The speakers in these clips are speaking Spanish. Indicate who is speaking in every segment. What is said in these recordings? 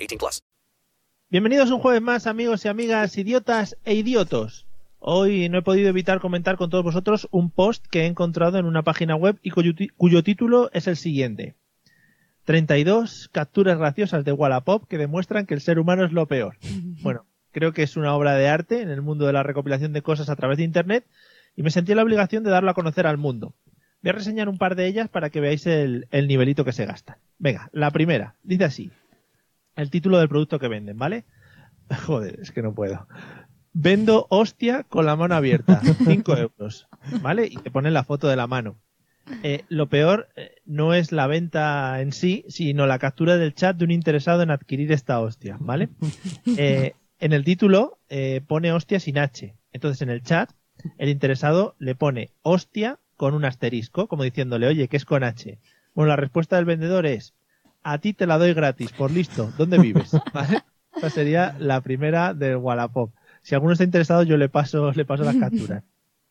Speaker 1: 18 plus.
Speaker 2: Bienvenidos un jueves más, amigos y amigas, idiotas e idiotos. Hoy no he podido evitar comentar con todos vosotros un post que he encontrado en una página web y cuyo, ti- cuyo título es el siguiente. 32 capturas graciosas de Wallapop que demuestran que el ser humano es lo peor. Bueno, creo que es una obra de arte en el mundo de la recopilación de cosas a través de Internet y me sentí la obligación de darlo a conocer al mundo. Voy a reseñar un par de ellas para que veáis el, el nivelito que se gasta. Venga, la primera. Dice así. El título del producto que venden, ¿vale? Joder, es que no puedo. Vendo hostia con la mano abierta, 5 euros, ¿vale? Y te ponen la foto de la mano. Eh, lo peor eh, no es la venta en sí, sino la captura del chat de un interesado en adquirir esta hostia, ¿vale? Eh, en el título eh, pone hostia sin H. Entonces en el chat el interesado le pone hostia con un asterisco, como diciéndole, oye, que es con H. Bueno, la respuesta del vendedor es, a ti te la doy gratis, por listo, ¿dónde vives? ¿Vale? Esta sería la primera del Wallapop. Si alguno está interesado, yo le paso, le paso las capturas.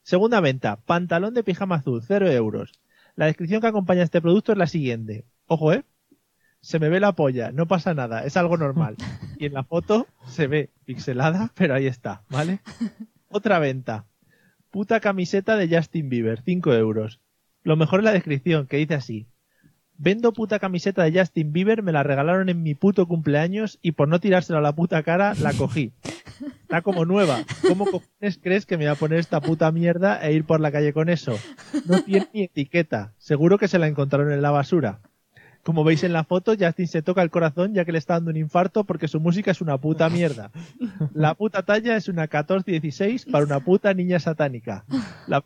Speaker 2: Segunda venta, pantalón de pijama azul, 0 euros. La descripción que acompaña a este producto es la siguiente. Ojo, ¿eh? Se me ve la polla, no pasa nada, es algo normal. Y en la foto se ve pixelada, pero ahí está, ¿vale? Otra venta, puta camiseta de Justin Bieber, 5 euros. Lo mejor es la descripción, que dice así. Vendo puta camiseta de Justin Bieber, me la regalaron en mi puto cumpleaños y por no tirársela a la puta cara, la cogí. Está como nueva. ¿Cómo cojones crees que me va a poner esta puta mierda e ir por la calle con eso? No tiene ni etiqueta. Seguro que se la encontraron en la basura. Como veis en la foto, Justin se toca el corazón ya que le está dando un infarto porque su música es una puta mierda. La puta talla es una 14-16 para una puta niña satánica. La,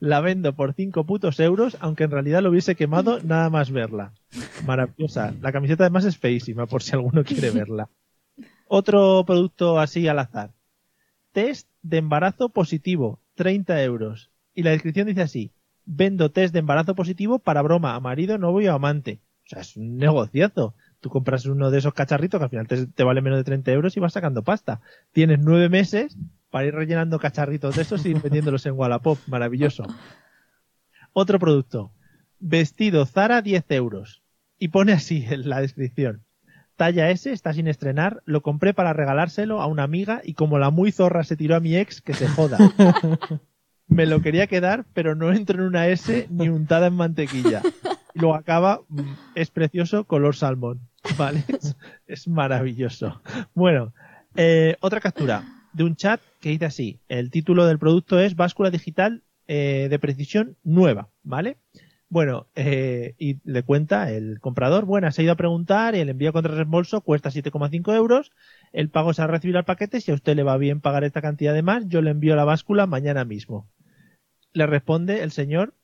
Speaker 2: la vendo por 5 putos euros, aunque en realidad lo hubiese quemado nada más verla. Maravillosa. La camiseta además es feísima por si alguno quiere verla. Otro producto así al azar. Test de embarazo positivo, 30 euros. Y la descripción dice así. Vendo test de embarazo positivo para broma a marido, novio o amante. O sea, es un negociazo. Tú compras uno de esos cacharritos que al final te, te vale menos de 30 euros y vas sacando pasta. Tienes nueve meses para ir rellenando cacharritos de estos y ir vendiéndolos en Wallapop. Maravilloso. Otro producto. Vestido Zara 10 euros. Y pone así en la descripción. Talla S, está sin estrenar, lo compré para regalárselo a una amiga y como la muy zorra se tiró a mi ex, que se joda. Me lo quería quedar, pero no entro en una S ni untada en mantequilla. Y luego acaba, mm, es precioso, color salmón. ¿Vale? Es, es maravilloso. Bueno, eh, otra captura de un chat que dice así. El título del producto es báscula digital eh, de precisión nueva, ¿vale? Bueno, eh, y le cuenta el comprador, bueno, se ha ido a preguntar, el envío contra reembolso cuesta 7,5 euros, el pago se ha recibido al paquete, si a usted le va bien pagar esta cantidad de más, yo le envío la báscula mañana mismo. Le responde el señor,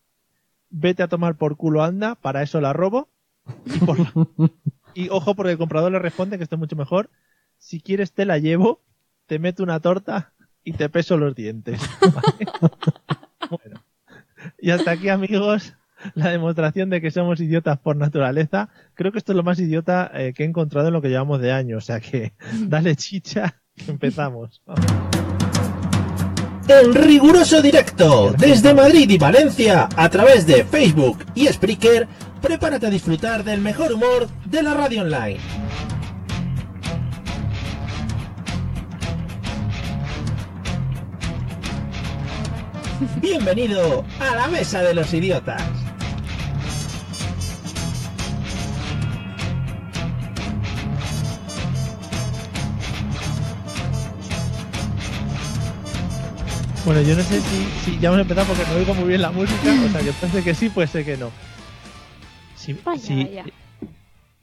Speaker 2: vete a tomar por culo anda, para eso la robo. Y, por la- y ojo porque el comprador le responde, que esto es mucho mejor, si quieres te la llevo, te meto una torta y te peso los dientes. ¿Vale? Bueno. Y hasta aquí amigos, la demostración de que somos idiotas por naturaleza. Creo que esto es lo más idiota eh, que he encontrado en lo que llevamos de año, o sea que dale chicha que empezamos.
Speaker 3: En riguroso directo desde Madrid y Valencia a través de Facebook y Spreaker, prepárate a disfrutar del mejor humor de la radio online. Bienvenido a la mesa de los idiotas.
Speaker 2: Bueno, yo no sé si, si ya hemos empezado porque no oigo muy bien la música, o sea que puede ser que sí, puede ser que no. Sí,
Speaker 4: Vaya,
Speaker 2: sí,
Speaker 4: vaya.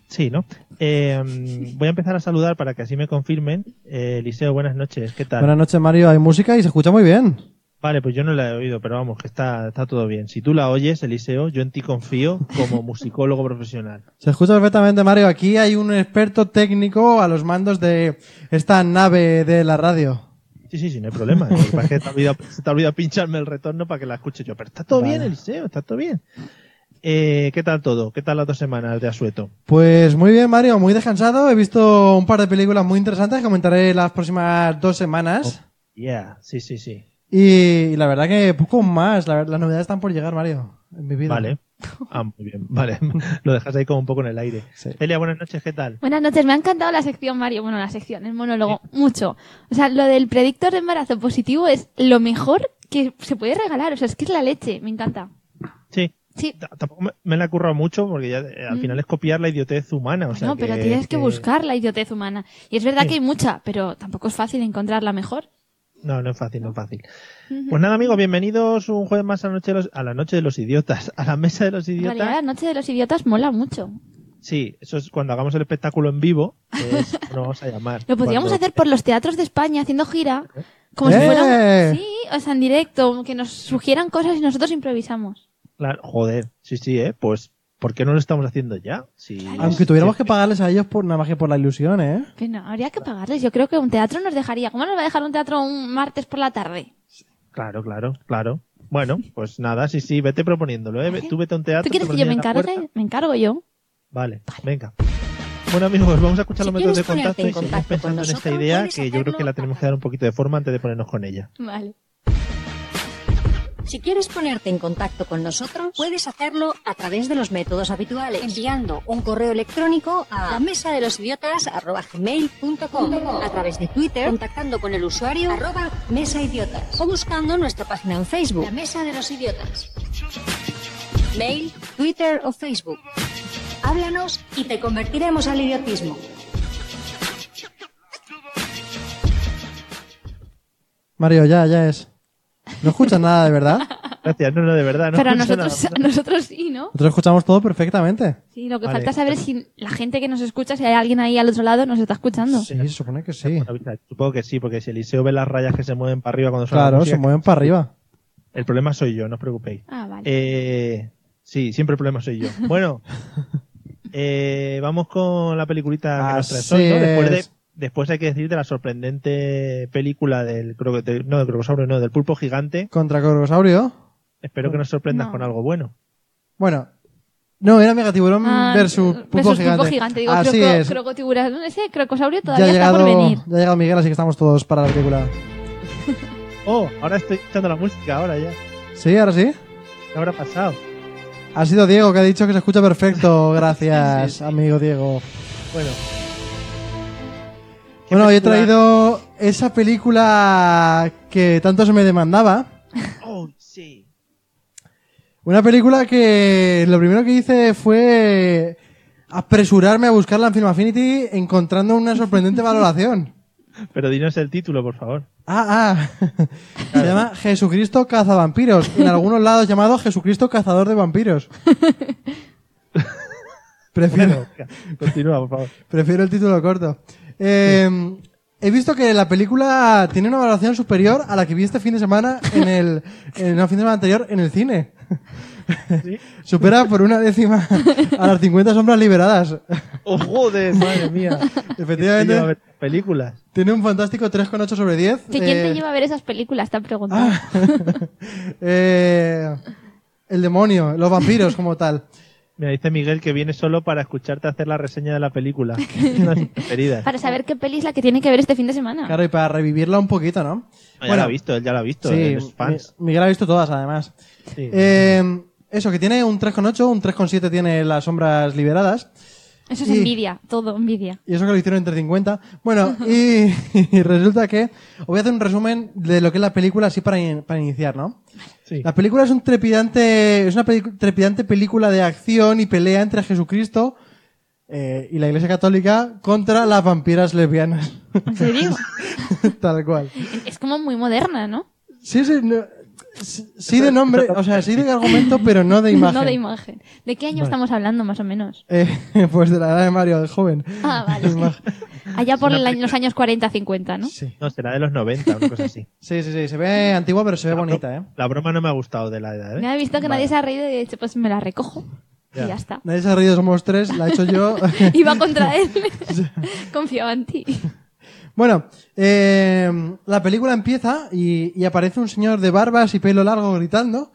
Speaker 2: sí, ¿no? Eh, mm, voy a empezar a saludar para que así me confirmen. Eh, Eliseo, buenas noches, ¿qué tal?
Speaker 5: Buenas noches, Mario. Hay música y se escucha muy bien.
Speaker 2: Vale, pues yo no la he oído, pero vamos, que está, está todo bien. Si tú la oyes, Eliseo, yo en ti confío como musicólogo profesional.
Speaker 4: Se escucha perfectamente, Mario. Aquí hay un experto técnico a los mandos de esta nave de la radio.
Speaker 2: Sí, sí, sí, no hay problema. Lo que pasa es que te ha olvidado- se te ha olvidado pincharme el retorno para que la escuche yo. Pero está todo
Speaker 4: Vale.
Speaker 2: bien, Eliseo, está todo bien. Eh, ¿Qué tal todo? ¿Qué tal las dos semanas de asueto?
Speaker 4: Pues muy bien, Mario, muy descansado. He visto un par de películas muy interesantes. Comentaré las próximas dos semanas.
Speaker 2: Oh. Yeah, sí, sí, sí.
Speaker 4: Y, y la verdad que poco más. La, ver- las novedades están por llegar, Mario, en mi vida.
Speaker 2: Vale. Ah, muy bien, vale. Lo dejas ahí como un poco en el aire.
Speaker 4: Sí.
Speaker 2: Elia, buenas noches, ¿qué tal?
Speaker 5: Buenas noches, me ha encantado la sección, Mario. Bueno, la sección, el monólogo, mucho. O sea, lo del predictor de embarazo positivo es lo mejor que se puede regalar. O sea, es que es la leche, me encanta.
Speaker 2: Sí.
Speaker 5: Sí.
Speaker 2: T- Tampoco me, me la he currado mucho porque ya eh, al
Speaker 5: Mm.
Speaker 2: final es copiar la idiotez humana. O sea
Speaker 5: pues no,
Speaker 2: que-
Speaker 5: pero tienes que, buscar la idiotez humana. Y es verdad
Speaker 2: Sí.
Speaker 5: que hay mucha, pero tampoco es fácil encontrar la mejor.
Speaker 2: No, no es fácil, no es fácil.
Speaker 5: Ujú.
Speaker 2: Pues nada, amigos, bienvenidos un jueves más a, la noche de los- a la noche de los idiotas, a la mesa de los
Speaker 5: En realidad,
Speaker 2: idiotas.
Speaker 5: la noche de los idiotas mola mucho.
Speaker 2: Sí, eso es cuando hagamos el espectáculo en vivo, que es como lo vamos a llamar.
Speaker 5: Lo podríamos
Speaker 2: Cuando-
Speaker 5: hacer por los teatros de España haciendo gira, como
Speaker 4: ¡Eh!
Speaker 5: si fuera un- sí, o sea, en directo, que nos sugieran cosas y nosotros improvisamos.
Speaker 2: Claro, joder, sí, sí, ¿eh? Pues, ¿por qué no lo estamos haciendo ya? Sí,
Speaker 4: Aunque tuviéramos que pagarles a ellos por nada más que por la ilusión, ¿eh?
Speaker 5: Pero no, habría que pagarles. Yo creo que un teatro nos dejaría. ¿Cómo nos va a dejar un teatro un martes por la tarde?
Speaker 2: Claro, claro, claro. Bueno, pues nada, sí, sí, vete proponiéndolo, ¿eh? Ve- Tú vete a un teatro.
Speaker 5: ¿Tú quieres
Speaker 2: te
Speaker 5: que yo me
Speaker 2: pones en la puerta.
Speaker 5: encargue? Me encargo yo.
Speaker 2: Vale, venga. Bueno amigos, pues vamos a escuchar
Speaker 6: Si
Speaker 2: los métodos de
Speaker 6: quieres ponerte
Speaker 2: contacto y
Speaker 6: en
Speaker 2: seguimos
Speaker 6: contacto con
Speaker 2: pensando en esta
Speaker 6: nosotros,
Speaker 2: idea
Speaker 6: puedes
Speaker 2: que yo creo que la
Speaker 6: hacerlo
Speaker 2: tenemos que dar un poquito de forma antes de ponernos con ella.
Speaker 5: Vale.
Speaker 6: Si quieres ponerte en contacto con nosotros, puedes hacerlo a través de los métodos habituales, enviando un correo electrónico a la mesa de los idiotas a través de Twitter, contactando con el usuario arroba mesa idiotas o buscando nuestra página en Facebook, la mesa de los idiotas. Mail, Twitter o Facebook. Háblanos y te convertiremos al idiotismo.
Speaker 4: Mario, ya, ya es. No escuchas nada, de verdad.
Speaker 2: Gracias, no, no, de verdad, no.
Speaker 5: Pero a
Speaker 2: no,
Speaker 5: nosotros,
Speaker 2: no,
Speaker 5: a nosotros sí, ¿no?
Speaker 4: Nosotros escuchamos todo perfectamente.
Speaker 5: Sí, lo que
Speaker 2: Vale.
Speaker 5: falta es saber si la gente que nos escucha, si hay alguien ahí al otro lado, nos está escuchando.
Speaker 4: Sí, se supone que sí.
Speaker 2: no. Bueno, Supongo que sí, porque si Eliseo ve las rayas que se mueven para arriba cuando suena la
Speaker 4: Claro, se
Speaker 2: música,
Speaker 4: mueven para arriba.
Speaker 2: el problema soy yo, no os preocupéis.
Speaker 5: Ah, vale.
Speaker 2: Eh, sí, siempre el problema soy yo. Bueno, eh, vamos con la peliculita que nos traes
Speaker 4: Así
Speaker 2: hoy, ¿no? Después, de-
Speaker 4: es.
Speaker 2: después hay que decir de la sorprendente película del, croco- del- no, del crocosaurio, no, del pulpo gigante.
Speaker 4: Contra Corvosaurio.
Speaker 2: Espero que nos sorprendas
Speaker 5: No.
Speaker 2: con algo bueno.
Speaker 4: Bueno. No, era Megatiburón
Speaker 5: Ah,
Speaker 4: versus Pulpo Gigante.
Speaker 5: Digo,
Speaker 4: Así
Speaker 5: croco,
Speaker 4: es.
Speaker 5: crocotiburón. Ese crocosaurio
Speaker 4: Ya ha,
Speaker 5: todavía está por
Speaker 4: llegado,
Speaker 5: venir.
Speaker 4: ya ha llegado Miguel, así que estamos todos para la película.
Speaker 2: Oh, ahora estoy escuchando la música, ahora ya.
Speaker 4: ¿Sí? ¿Ahora sí?
Speaker 2: ¿Qué habrá pasado?
Speaker 4: Ha sido Diego que ha dicho que se escucha perfecto. Gracias,
Speaker 2: Sí, sí, sí.
Speaker 4: amigo Diego.
Speaker 2: Bueno. ¿Qué
Speaker 4: Bueno, hoy he
Speaker 2: película-
Speaker 4: traído esa película que tanto se me demandaba.
Speaker 2: Oh, sí.
Speaker 4: Una película que lo primero que hice fue apresurarme a buscarla en Film Affinity encontrando una sorprendente valoración.
Speaker 2: Pero dinos el título, por favor.
Speaker 4: Ah, ah. Se llama Jesucristo Cazavampiros. En algunos lados llamado Jesucristo Cazador de Vampiros. Prefiero,
Speaker 2: Bueno, venga, continúa, por favor.
Speaker 4: prefiero el título corto. Eh, He visto que la película tiene una valoración superior a la que vi este fin de semana en el. En, no, fin de semana anterior en el cine.
Speaker 2: ¿Sí?
Speaker 4: Supera por una décima a las 50 sombras liberadas.
Speaker 2: Oh, joder, madre mía. ¿Quién te lleva a
Speaker 4: Efectivamente,
Speaker 2: ver películas.
Speaker 4: tiene un fantástico 3,8 sobre 10.
Speaker 5: ¿Que ¿Quién
Speaker 4: Eh,
Speaker 5: te lleva a ver esas películas? Te han preguntado.
Speaker 4: Ah. Eh, el demonio, los vampiros como tal.
Speaker 2: Mira, dice Miguel que viene solo para escucharte hacer la reseña de la película. Una de sus preferidas.
Speaker 5: Para saber qué peli es la que tiene que ver este fin de semana.
Speaker 4: Claro, y para revivirla un poquito, ¿no?
Speaker 2: Ah, ya la ha visto, él ya la ha visto.
Speaker 4: sí,
Speaker 2: él es fans.
Speaker 4: Mi- Miguel ha visto todas, además.
Speaker 2: Sí.
Speaker 4: Eh, eso, que tiene un 3,8, un 3,7 tiene las sombras liberadas.
Speaker 5: Eso es
Speaker 4: Y-
Speaker 5: envidia, todo envidia.
Speaker 4: Y eso que lo hicieron entre 50. Bueno, y, y resulta que... Os voy a hacer un resumen de lo que es la película así para, in- para iniciar, ¿no?
Speaker 2: Sí.
Speaker 4: La película es un trepidante, es una pelicu- trepidante película de acción y pelea entre Jesucristo eh, y la Iglesia Católica contra las vampiras lesbianas,
Speaker 5: ¿En serio?
Speaker 4: tal cual.
Speaker 5: es como muy moderna, ¿no?
Speaker 4: Sí, sí, no- Sí de nombre, o sea, sí de argumento, pero no de imagen.
Speaker 5: No de imagen. ¿De qué año estamos hablando, más o menos?
Speaker 4: Eh, pues de la edad de Mario, de joven.
Speaker 5: Ah, vale.
Speaker 4: Ima-
Speaker 5: Allá por
Speaker 2: una
Speaker 5: el año-
Speaker 2: película.
Speaker 5: los años 40-50, ¿no?
Speaker 4: Sí.
Speaker 2: No, será de los 90, una cosa así.
Speaker 4: sí, sí, sí. Se ve antigua, pero se ve
Speaker 2: La
Speaker 4: bonita, ¿eh?
Speaker 2: bro- La broma no me ha gustado de la edad, ¿eh?
Speaker 5: Me he visto que nadie se ha reído y he dicho, pues me la recojo. Y ya está.
Speaker 4: Nadie se ha reído, somos tres, la he hecho yo.
Speaker 5: Iba contra él. Confiaba en ti.
Speaker 4: bueno, eh, la película empieza y, y aparece un señor de barbas y pelo largo gritando.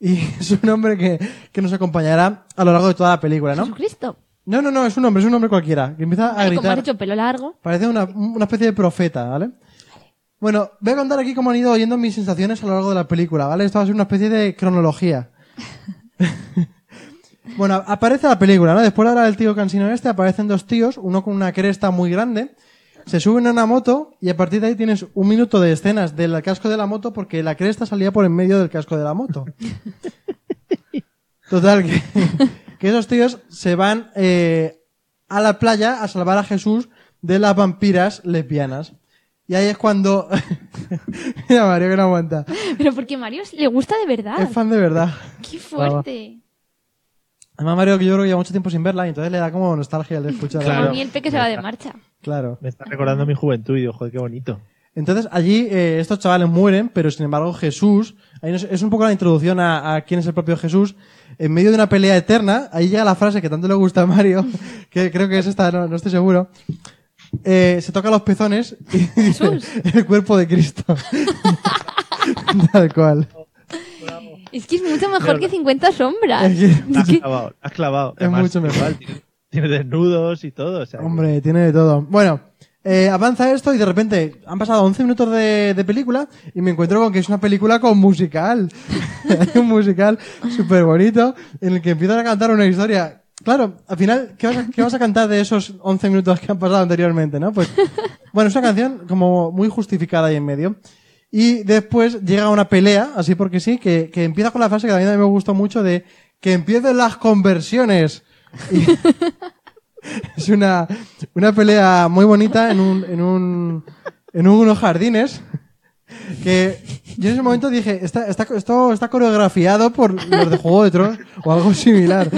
Speaker 4: Y es un hombre que, que nos acompañará a lo largo de toda la película, ¿no?
Speaker 5: Jesucristo.
Speaker 4: No, no, no, es un hombre, es un hombre cualquiera. Que empieza a
Speaker 5: Ay, como has
Speaker 4: gritar.
Speaker 5: hecho pelo largo.
Speaker 4: Parece una, una especie de profeta, ¿vale? Bueno, voy a contar aquí cómo han ido oyendo mis sensaciones a lo largo de la película, ¿vale? Esto va a ser una especie de cronología. bueno, aparece la película, ¿no? Después ahora del tío cansino este aparecen dos tíos, uno con una cresta muy grande, se suben a una moto y a partir de ahí tienes un minuto de escenas del casco de la moto porque la cresta salía por en medio del casco de la moto. Total, que, que esos tíos se van eh, a la playa a salvar a Jesús de las vampiras lesbianas. Y ahí es cuando... Mira, Mario, que no aguanta.
Speaker 5: Pero porque Mario le gusta de verdad.
Speaker 4: Es fan de verdad.
Speaker 5: Qué fuerte.
Speaker 4: Además, Mario, que yo creo que lleva mucho tiempo sin verla y entonces le da como nostalgia al escucharla.
Speaker 5: Como
Speaker 2: Claro.
Speaker 5: a mí el peque se va de marcha.
Speaker 4: Claro.
Speaker 2: Me está recordando mi juventud y digo, joder, qué bonito.
Speaker 4: Entonces, allí eh, estos chavales mueren, pero sin embargo Jesús, ahí nos- es un poco la introducción a, a quién es el propio Jesús, en medio de una pelea eterna, ahí llega la frase que tanto le gusta a Mario, que creo que es esta, no, no estoy seguro, eh, se toca los pezones y dice, el cuerpo de Cristo. Tal cual.
Speaker 5: Es que es mucho mejor que 50 sombras.
Speaker 4: Es que-
Speaker 2: La has
Speaker 5: ¿Qué?
Speaker 2: clavado, la has clavado.
Speaker 4: Es mucho mejor.
Speaker 2: igual, tiene, tiene desnudos y todo. o sea, que-
Speaker 4: Hombre, tiene de todo. Bueno, eh, avanza esto y de repente han pasado 11 minutos de, de película y me encuentro con que es una película con musical. Hay un musical súper bonito en el que empiezan a cantar una historia. Claro, al final, ¿qué vas, a, qué vas a cantar de esos 11 minutos que han pasado anteriormente, no? Pues, bueno, es una canción como muy justificada ahí en medio. Y después llega una pelea, así porque sí, que, que empieza con la frase que también a mí me gustó mucho de que empiecen las conversiones. Y- es una, una pelea muy bonita en un, en un, en unos jardines. Que yo en ese momento dije, está, está, esto está coreografiado por los de Juego de Tronos o algo similar.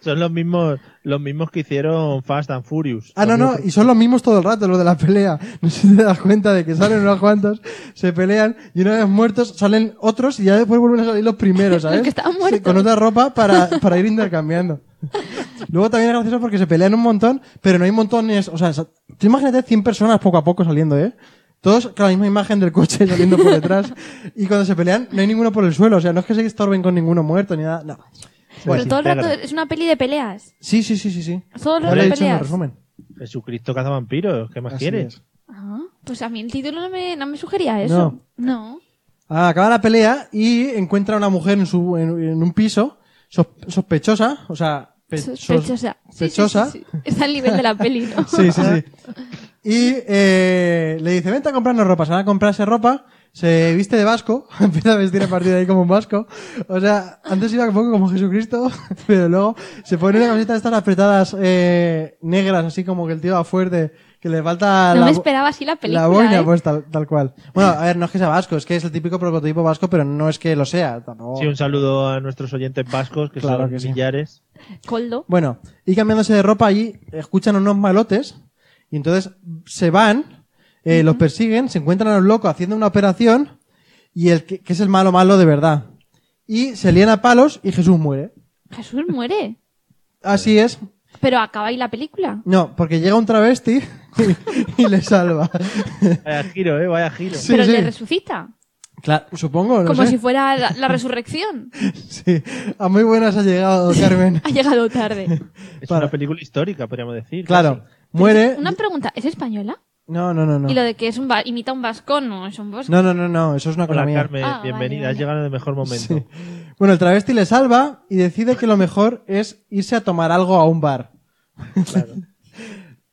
Speaker 2: Son los mismos, los mismos que hicieron Fast and Furious.
Speaker 4: Ah, no,
Speaker 2: Los
Speaker 4: no,
Speaker 2: mismos
Speaker 4: y son los mismos todo el rato, los de la pelea. No sé si te das cuenta de que salen unos cuantos, se pelean, y una vez muertos salen otros y ya después vuelven a salir los primeros, ¿sabes?
Speaker 5: Los que estaban
Speaker 4: Sí,
Speaker 5: muertos.
Speaker 4: Con otra ropa para, para ir intercambiando. Luego también es gracioso porque se pelean un montón, pero no hay montones, o sea, sa- tú imagínate 100 personas poco a poco saliendo, ¿eh? Todos con la misma imagen del coche saliendo por detrás. Y cuando se pelean, no hay ninguno por el suelo. O sea, no es que se estorben con ninguno muerto ni nada. No.
Speaker 2: se
Speaker 4: Pues
Speaker 5: Pero todo el rato
Speaker 2: desintegran.
Speaker 5: es una peli de peleas.
Speaker 4: Sí, sí, sí, sí, sí.
Speaker 5: Todo el
Speaker 4: Ya
Speaker 5: rato
Speaker 4: lo he
Speaker 5: de
Speaker 4: dicho en el
Speaker 5: peleas.
Speaker 4: resumen.
Speaker 2: Jesucristo caza vampiros, ¿qué más
Speaker 4: Así
Speaker 2: quieres?
Speaker 4: es.
Speaker 5: Ah, pues a mí el título no me, no me sugería eso. No.
Speaker 4: Ah, acaba la pelea y encuentra a una mujer en, su, en, en un piso sospe- sospechosa, o sea, pe- sos-
Speaker 5: Sospechosa. Sí, sí,
Speaker 4: sospechosa.
Speaker 5: sí, sí. Está al nivel de la peli, ¿no?
Speaker 4: Sí, sí, sí. Y eh, le dice, vente a comprarnos ropa. Se van a comprarse ropa, se viste de vasco, empieza a vestir a partir de ahí como un vasco. O sea, antes iba un poco como Jesucristo, pero luego se pone una camiseta de estas apretadas eh, negras, así como que el tío va fuerte, que le falta...
Speaker 5: No
Speaker 4: Ah, la
Speaker 5: me
Speaker 4: bo-
Speaker 5: esperaba así la película.
Speaker 4: La boina,
Speaker 5: ¿eh?
Speaker 4: pues tal, tal cual. Bueno, a ver, no es que sea vasco, es que es el típico prototipo vasco, pero no es que lo sea. Tampoco...
Speaker 2: Sí, un saludo a nuestros oyentes vascos, que
Speaker 4: Claro
Speaker 2: son
Speaker 4: que sí.
Speaker 2: millares.
Speaker 5: Coldo.
Speaker 4: Bueno, y cambiándose de ropa allí, escuchan unos malotes, y entonces se van, eh, los persiguen, se encuentran a un loco haciendo una operación, y el que, que es el malo malo de verdad. Y se lían a palos y Jesús muere.
Speaker 5: Jesús muere.
Speaker 4: Así es.
Speaker 5: Pero acaba ahí la película.
Speaker 4: No, porque llega un travesti y, y le salva.
Speaker 2: Vaya giro, ¿eh? Vaya giro.
Speaker 4: Sí,
Speaker 5: pero
Speaker 4: sí.
Speaker 5: le resucita.
Speaker 4: Claro, supongo, no
Speaker 5: como
Speaker 4: sé.
Speaker 5: si fuera la, la resurrección.
Speaker 4: Sí. A muy buenas ha llegado, Carmen.
Speaker 5: Ha llegado tarde.
Speaker 2: Es
Speaker 4: Para-
Speaker 2: una película histórica, podríamos decir.
Speaker 4: Claro. Muere.
Speaker 5: Una pregunta. ¿Es española?
Speaker 4: No, no, no, no.
Speaker 5: Y lo de que es un va- imita un vascón, no es un vasco.
Speaker 4: No, no, no, no, eso es una
Speaker 2: casi. Hola,
Speaker 4: cosa mía.
Speaker 2: Carmen,
Speaker 5: Ah, vale,
Speaker 2: bienvenida. Has
Speaker 5: vale.
Speaker 2: llegado en el mejor momento.
Speaker 4: Sí. Bueno, el travesti le salva y decide que lo mejor es irse a tomar algo a un bar.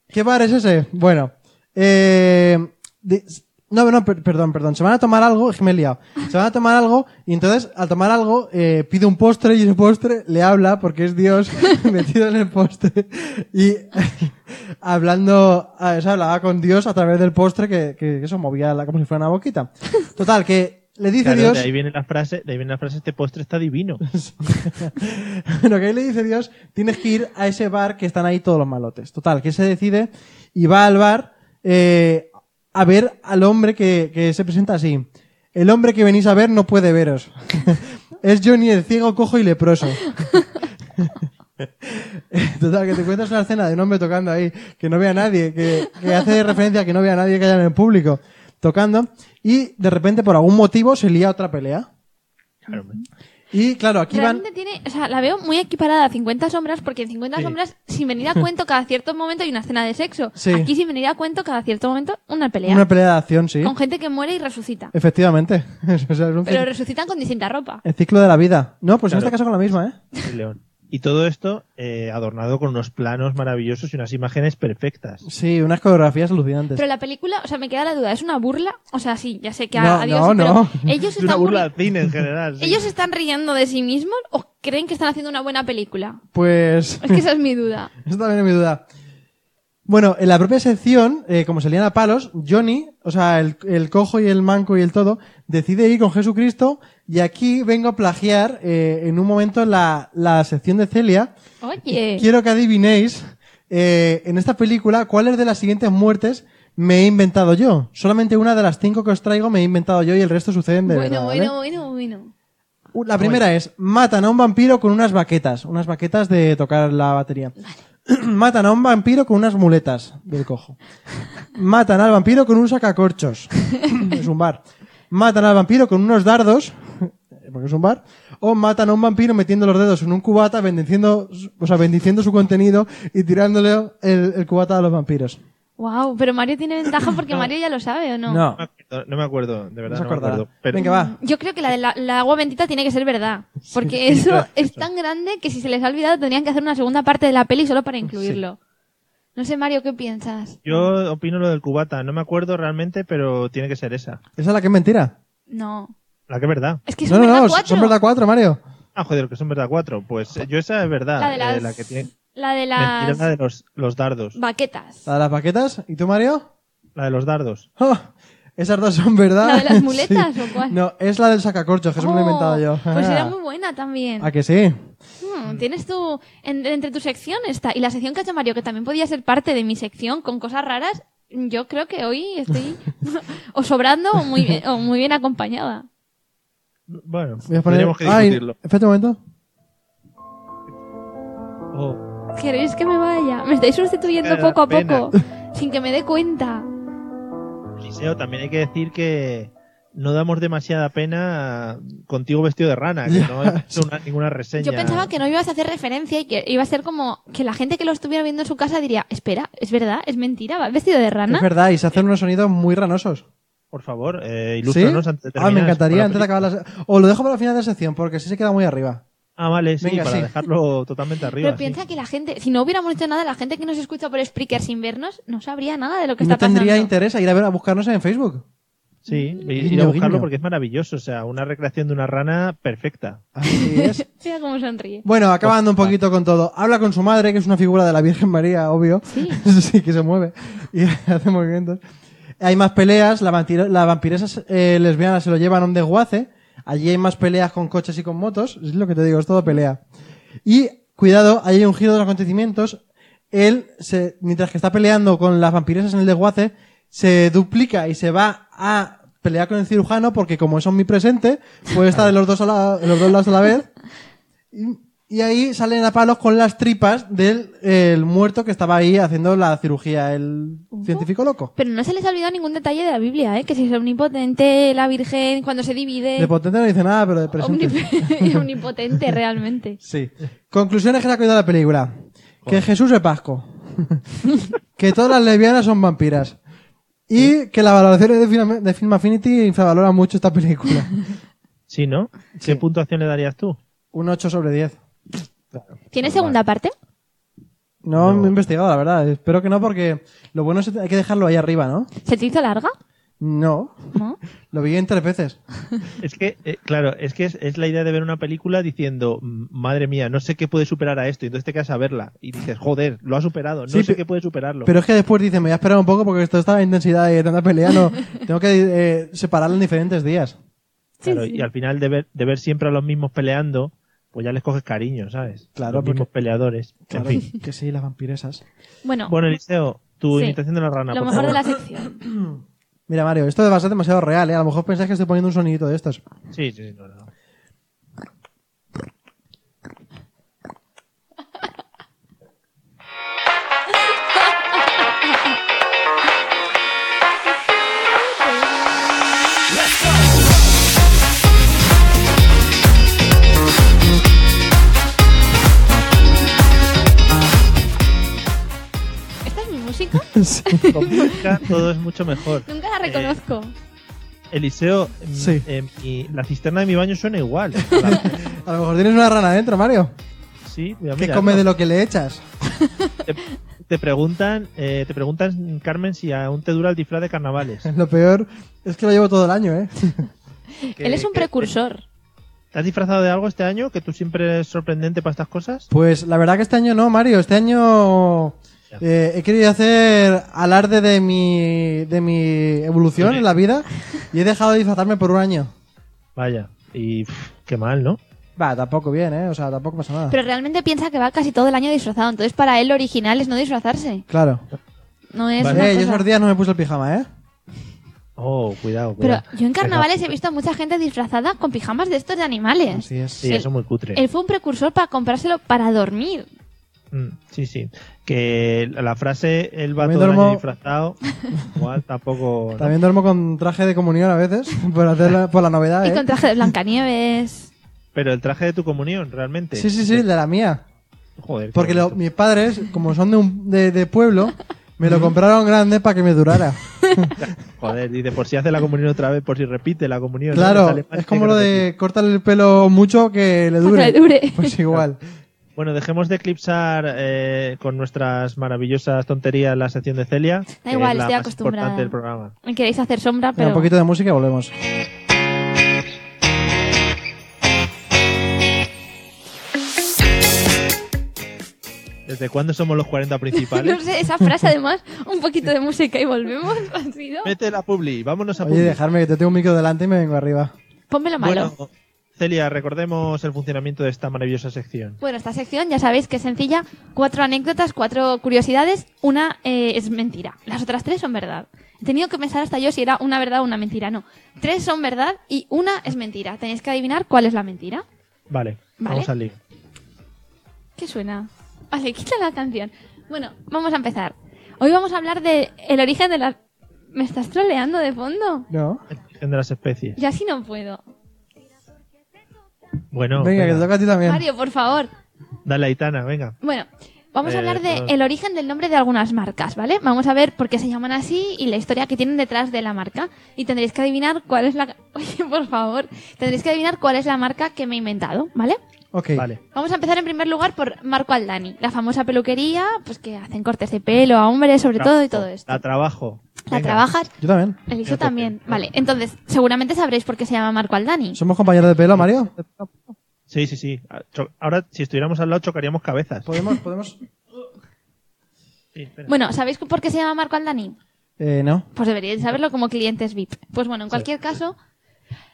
Speaker 4: ¿Qué bar es ese? Bueno, eh, de- no, no, per- perdón, perdón. Se van a tomar algo, es que me he liado. Se van a tomar algo y entonces al tomar algo eh, pide un postre y ese postre le habla porque es Dios metido en el postre y hablando, ah, a- o sea, hablaba con Dios a través del postre que, que eso movía la, como si fuera una boquita. Total, que le dice
Speaker 2: Claro,
Speaker 4: Dios.
Speaker 2: de ahí viene la frase, de ahí viene la frase, este postre está divino.
Speaker 4: Bueno, que ahí le dice Dios, tienes que ir a ese bar que están ahí todos los malotes. Total, que se decide y va al bar eh, a ver al hombre que, que se presenta así. El hombre que venís a ver no puede veros. es Johnny el ciego, cojo y leproso. Total, que te encuentras una escena de un hombre tocando ahí, que no vea a nadie, que, que hace referencia a que no vea a nadie que haya en el público tocando, y de repente por algún motivo se lía otra pelea.
Speaker 2: Claro, hombre.
Speaker 4: Y claro, aquí van...
Speaker 5: Realmente tiene, o sea, la veo muy equiparada a 50 sombras porque en 50
Speaker 2: Sí.
Speaker 5: sombras sin venir a cuento cada cierto momento hay una escena de sexo.
Speaker 4: Sí.
Speaker 5: Aquí sin venir a cuento cada cierto momento una pelea
Speaker 4: Una pelea de acción, sí.
Speaker 5: con gente que muere y resucita.
Speaker 4: Efectivamente. O sea, es
Speaker 5: Pero
Speaker 4: un ciclo,
Speaker 5: resucitan con distinta ropa.
Speaker 4: el ciclo de la vida. No, pues en
Speaker 2: Claro.
Speaker 4: este caso con la misma, ¿eh?
Speaker 2: El león. Y todo esto eh, adornado con unos planos maravillosos y unas imágenes perfectas.
Speaker 4: Sí, unas coreografías alucinantes.
Speaker 5: Pero la película, o sea, me queda la duda, ¿es una burla? O sea, sí, ya sé que
Speaker 4: No,
Speaker 5: a- adiós,
Speaker 4: no,
Speaker 5: pero
Speaker 4: no.
Speaker 5: ellos
Speaker 2: Es una
Speaker 5: están
Speaker 2: burla al cine en general. sí.
Speaker 5: ¿Ellos están riendo de sí mismos o creen que están haciendo una buena película?
Speaker 4: Pues...
Speaker 5: Es que esa es mi duda.
Speaker 4: Esa también es mi duda. Bueno, en la propia sección, eh, como se lían a palos, Johnny, o sea, el, el cojo y el manco y el todo, decide ir con Jesucristo y aquí vengo a plagiar eh, en un momento la, la sección de Celia.
Speaker 5: Oye,
Speaker 4: Quiero que adivinéis eh, en esta película cuáles de las siguientes muertes me he inventado yo. Solamente una de las cinco que os traigo me he inventado yo y el resto suceden de
Speaker 5: bueno,
Speaker 4: verdad. ¿vale?
Speaker 5: bueno, bueno, bueno.
Speaker 4: Uh, La primera es, matan a un vampiro con unas baquetas, unas baquetas de tocar la batería. matan a un vampiro con unas muletas del cojo. matan al vampiro con un sacacorchos. es un bar. Matan al vampiro con unos dardos, porque es un bar. O matan a un vampiro metiendo los dedos en un cubata, bendiciendo, su- o sea, bendiciendo su contenido y tirándole el, el cubata a los vampiros.
Speaker 5: Wow, pero Mario tiene ventaja porque Mario ya lo sabe, ¿o no?
Speaker 4: No,
Speaker 2: No me acuerdo, no me acuerdo, de
Speaker 4: no
Speaker 2: verdad.
Speaker 4: se
Speaker 2: No, me
Speaker 4: acordará.
Speaker 2: acuerdo. Pero
Speaker 4: Venga, va.
Speaker 5: Yo creo que la del agua bendita tiene que ser verdad. Porque eso es tan grande que si se les ha olvidado tendrían que hacer una segunda parte de la peli solo para incluirlo. No sé, Mario, ¿qué piensas?
Speaker 2: Yo opino lo del cubata. No me acuerdo realmente, pero tiene que ser esa.
Speaker 4: Esa es la que es mentira.
Speaker 5: No.
Speaker 2: La que es verdad.
Speaker 5: Es que
Speaker 4: No,
Speaker 5: son
Speaker 4: no,
Speaker 5: verdad
Speaker 4: no,
Speaker 5: cuatro.
Speaker 4: son verdad cuatro, Mario.
Speaker 2: Ah, joder, que son verdad cuatro. Pues eh, yo esa es verdad.
Speaker 5: La de las,
Speaker 2: eh, la que tiene.
Speaker 5: la de
Speaker 2: Mentira,
Speaker 5: las
Speaker 2: la de los, los dardos.
Speaker 5: baquetas.
Speaker 4: La de las baquetas. ¿Y tú, Mario?
Speaker 2: La de los dardos.
Speaker 4: Oh, esas dos son verdad.
Speaker 5: ¿La de las muletas
Speaker 4: Sí.
Speaker 5: o cuál?
Speaker 4: No, es la del sacacorchos, que eso me lo he
Speaker 5: Oh,
Speaker 4: inventado yo. Ah.
Speaker 5: Pues era muy buena también.
Speaker 4: ¿A que sí? Mm.
Speaker 5: Hmm, tienes tu. en- entre tu sección está. Y la sección que ha hecho Mario, que también podía ser parte de mi sección con cosas raras. Yo creo que hoy estoy o sobrando o muy bien, o muy bien acompañada.
Speaker 2: Bueno,
Speaker 4: Voy a poner-
Speaker 2: tenemos que
Speaker 4: Ay,
Speaker 2: discutirlo.
Speaker 4: espérate un momento.
Speaker 2: Oh,
Speaker 5: ¿Queréis que me vaya? Me estáis sustituyendo
Speaker 2: Qué
Speaker 5: poco a
Speaker 2: pena.
Speaker 5: poco, sin que me dé cuenta.
Speaker 2: Eliseo, también hay que decir que no damos demasiada pena contigo vestido de rana, que no he hecho una- ninguna reseña.
Speaker 5: Yo pensaba que no ibas a hacer referencia y que iba a ser como que la gente que lo estuviera viendo en su casa diría, espera, es verdad, es mentira, va vestido de
Speaker 4: Es
Speaker 5: rana.
Speaker 4: verdad, y se hacen unos sonidos muy ranosos.
Speaker 2: Por favor, eh,
Speaker 4: ¿Sí?
Speaker 2: ilústranos antes de
Speaker 4: Ah,
Speaker 2: terminar.
Speaker 4: me encantaría
Speaker 2: Para-
Speaker 4: antes de acabar la... se- O lo dejo para el final de la sección, porque sí se queda muy arriba.
Speaker 2: Ah, vale, sí,
Speaker 4: Venga,
Speaker 2: para
Speaker 4: sí.
Speaker 2: dejarlo totalmente arriba.
Speaker 5: Pero piensa
Speaker 2: sí.
Speaker 5: que la gente, si no hubiéramos hecho nada, la gente que nos escucha por Spreaker sin vernos no sabría nada de lo que
Speaker 4: no
Speaker 5: está pasando.
Speaker 4: tendría interés a ir a, ver, a buscarnos en Facebook.
Speaker 2: Sí, ir
Speaker 4: Guiño,
Speaker 2: a buscarlo
Speaker 4: guiño.
Speaker 2: porque es maravilloso. O sea, una recreación de una rana perfecta.
Speaker 4: Así es.
Speaker 5: Mira cómo sonríe.
Speaker 4: Bueno, acabando un poquito con todo. Habla con su madre, que es una figura de la Virgen María, obvio.
Speaker 5: Sí.
Speaker 4: sí, que se mueve y hace movimientos. Hay más peleas, la, vampiro- la vampiresa eh, lesbiana se lo llevan a un desguace. Allí hay más peleas con coches y con motos. Es lo que te digo, es todo pelea. Y, cuidado, ahí hay un giro de los acontecimientos. Él, se, mientras que está peleando con las vampiresas en el desguace, se duplica y se va a pelear con el cirujano porque como es omnipresente, puede estar en los dos, a la- en los dos lados a la vez. Y, y ahí salen a palos con las tripas del eh, el muerto que estaba ahí haciendo la cirugía, el científico loco.
Speaker 5: Pero no se les ha olvidado ningún detalle de la Biblia, ¿eh? Que si es omnipotente, la Virgen, cuando se
Speaker 4: De
Speaker 5: divide.
Speaker 4: potente no dice nada, pero de presente.
Speaker 5: omnip- omnipotente, realmente.
Speaker 4: Sí. Conclusiones que le ha cogido la película. Que Jesús es pasco. que todas las lesbianas son vampiras. Y que las valoraciones de Film, de Film Affinity infravaloran mucho esta película.
Speaker 2: Sí, ¿no? ¿Qué puntuación le darías tú?
Speaker 4: Un 8 sobre 10.
Speaker 5: ¿Tiene segunda parte?
Speaker 4: No, me he investigado, la verdad. Espero que no, porque lo bueno es que hay que dejarlo ahí arriba, ¿no?
Speaker 5: ¿Se te hizo larga?
Speaker 4: No.
Speaker 5: ¿No?
Speaker 4: Lo vi en tres veces.
Speaker 2: Es que, eh, claro, es que es, es la idea de ver una película diciendo, "M- madre mía, no sé qué puede superar a esto, y entonces te quedas a verla y dices, joder, lo ha superado, no
Speaker 4: Sí,
Speaker 2: sé
Speaker 4: pe-
Speaker 2: qué puede superarlo.
Speaker 4: Pero es que después dice, me voy a esperar un poco porque esto está en intensidad y tanta pelea, no. Tengo que eh, separarla en diferentes días.
Speaker 2: Claro,
Speaker 5: sí.
Speaker 2: Y al final de ver, de ver siempre a los mismos peleando, pues ya les coges cariño, ¿sabes?
Speaker 4: Claro,
Speaker 2: los mismos
Speaker 4: porque-
Speaker 2: peleadores.
Speaker 4: Claro,
Speaker 2: En fin.
Speaker 4: que sí, las vampiresas.
Speaker 5: Bueno,
Speaker 2: Bueno, Eliseo, tu
Speaker 5: Sí.
Speaker 2: imitación de la rana.
Speaker 5: lo
Speaker 2: por
Speaker 5: mejor de
Speaker 2: favor.
Speaker 5: la sección.
Speaker 4: Mira, Mario, esto va a ser demasiado real, ¿eh? A lo mejor pensáis que estoy poniendo un sonidito de estos.
Speaker 2: Sí, sí, sí, no, no.
Speaker 5: ¿Esta es mi música?
Speaker 2: Con música todo es mucho mejor. Eh,
Speaker 5: Nunca la reconozco.
Speaker 2: Eliseo, mm,
Speaker 4: Sí.
Speaker 2: eh, mi- la cisterna de mi baño suena igual. La-
Speaker 4: A lo mejor tienes una rana dentro, Mario.
Speaker 2: Sí, voy a
Speaker 4: Que
Speaker 2: mirarlo.
Speaker 4: come de lo que le echas.
Speaker 2: te, te preguntan, eh, te preguntan Carmen si aún te dura el disfraz de carnavales.
Speaker 4: Lo peor es que lo llevo todo el año, ¿eh?
Speaker 2: Que-
Speaker 5: Él es un
Speaker 2: que-
Speaker 5: precursor.
Speaker 2: ¿Te has disfrazado de algo este año? Que tú siempre eres sorprendente para estas cosas.
Speaker 4: Pues la verdad que este año no, Mario. Este año eh, he querido hacer alarde de mi, de mi evolución en la vida y he dejado de disfrazarme por un año.
Speaker 2: Vaya, y pff, qué mal, ¿no?
Speaker 4: Va, tampoco bien, ¿eh? O sea, tampoco pasa nada.
Speaker 5: Pero realmente piensa que va casi todo el año disfrazado. Entonces, para él, lo original es no disfrazarse.
Speaker 4: Claro.
Speaker 5: No es.
Speaker 4: Eh,
Speaker 5: una
Speaker 4: yo
Speaker 5: cosa-
Speaker 4: esos días no me puse el pijama, ¿eh?
Speaker 2: Oh, cuidado,
Speaker 5: Pero
Speaker 2: cuidado.
Speaker 5: yo en carnavales he visto a mucha gente disfrazada con pijamas de estos de animales.
Speaker 4: Así es.
Speaker 2: Sí,
Speaker 5: el-
Speaker 2: eso es muy cutre.
Speaker 5: Él fue un precursor para comprárselo para dormir.
Speaker 2: Mm, sí, sí. Que la frase él va
Speaker 4: También
Speaker 2: todo el año
Speaker 4: duermo-
Speaker 2: disfrazado, igual tampoco. ¿no?
Speaker 4: También duermo con traje de comunión a veces, por, hacer la, por la
Speaker 2: Ah,
Speaker 4: novedad,
Speaker 5: Y con
Speaker 4: ¿eh?
Speaker 5: traje de Blancanieves.
Speaker 2: Pero el traje de tu comunión, realmente.
Speaker 4: Sí, sí, sí, el de la mía.
Speaker 2: Joder. qué
Speaker 4: Porque lo-
Speaker 2: bonito.
Speaker 4: mis padres, como son de, un, de, de pueblo, me lo compraron grande para que me durara.
Speaker 2: Joder, dice, por si hace la comunión otra vez, por si repite la comunión. ¿no? Los
Speaker 4: Claro,
Speaker 2: alemanes
Speaker 4: es como
Speaker 2: tienen
Speaker 4: lo
Speaker 2: que
Speaker 4: de cortarle el pelo mucho que le
Speaker 5: Para
Speaker 4: dure.
Speaker 5: que le dure.
Speaker 4: Pues igual.
Speaker 2: repetir. Bueno, dejemos de eclipsar eh, con nuestras maravillosas tonterías la sección de Celia. que
Speaker 5: igual,
Speaker 2: es la
Speaker 5: estoy
Speaker 2: más
Speaker 5: acostumbrada.
Speaker 2: importante del programa.
Speaker 5: Me queréis hacer sombra,
Speaker 4: Venga,
Speaker 5: pero.
Speaker 4: un poquito de música y volvemos.
Speaker 2: ¿Desde cuándo somos los 40 principales?
Speaker 5: No sé, esa frase además, un poquito de música y volvemos. ha sido-
Speaker 2: Mete la publi, vámonos a
Speaker 4: Oye,
Speaker 2: publi.
Speaker 4: dejarme que te tengo un micro delante y me vengo arriba.
Speaker 5: Ponme lo malo.
Speaker 2: Bueno, Celia, recordemos el funcionamiento de esta maravillosa sección.
Speaker 5: Bueno, esta sección ya sabéis que es sencilla. Cuatro anécdotas, cuatro curiosidades. Una eh, es mentira. Las otras tres son verdad. He tenido que pensar hasta yo si era una verdad o una mentira. No. Tres son verdad y una es mentira. Tenéis que adivinar cuál es la mentira.
Speaker 2: Vale,
Speaker 5: Vale.
Speaker 2: vamos al lío.
Speaker 5: ¿Qué suena? Vale, quita la canción. Bueno, vamos a empezar. Hoy vamos a hablar de el origen de las... ¿Me estás troleando de fondo?
Speaker 4: ¿No?
Speaker 2: El origen de las especies.
Speaker 5: Ya así no puedo.
Speaker 2: Bueno,
Speaker 4: venga, que te toca a ti
Speaker 2: Em.
Speaker 4: también.
Speaker 5: Mario, por favor.
Speaker 2: dale Aitana, venga.
Speaker 5: Bueno, vamos
Speaker 2: Eh,
Speaker 5: a hablar de
Speaker 2: perdón.
Speaker 5: el origen del nombre de algunas marcas, ¿vale? Vamos a ver por qué se llaman así y la historia que tienen detrás de la marca. Y tendréis que adivinar cuál es la... Oye, por favor. Tendréis que adivinar cuál es la marca que me he inventado, ¿vale?
Speaker 4: Ok.
Speaker 2: Vale.
Speaker 5: Vamos a empezar en primer lugar por Marco Aldani, la famosa peluquería, pues que hacen cortes de pelo a hombres, sobre todo, y todo esto.
Speaker 2: La trabajo.
Speaker 5: La
Speaker 2: Ah, Venga.
Speaker 5: trabajas,
Speaker 4: Yo también.
Speaker 5: Eliseo también. Vale, entonces, seguramente sabréis por qué se llama Marco Aldani.
Speaker 4: ¿Somos compañeros de pelo, Mario?
Speaker 2: Sí, sí, sí. Ah, cho- Ahora, si estuviéramos al lado, chocaríamos cabezas.
Speaker 4: ¿Podemos? ¿Podemos?
Speaker 2: Sí, espera.
Speaker 5: Bueno, ¿sabéis por qué se llama Marco Aldani?
Speaker 4: Eh, no.
Speaker 5: Pues deberíais saberlo como clientes VIP. Pues bueno, en cualquier caso,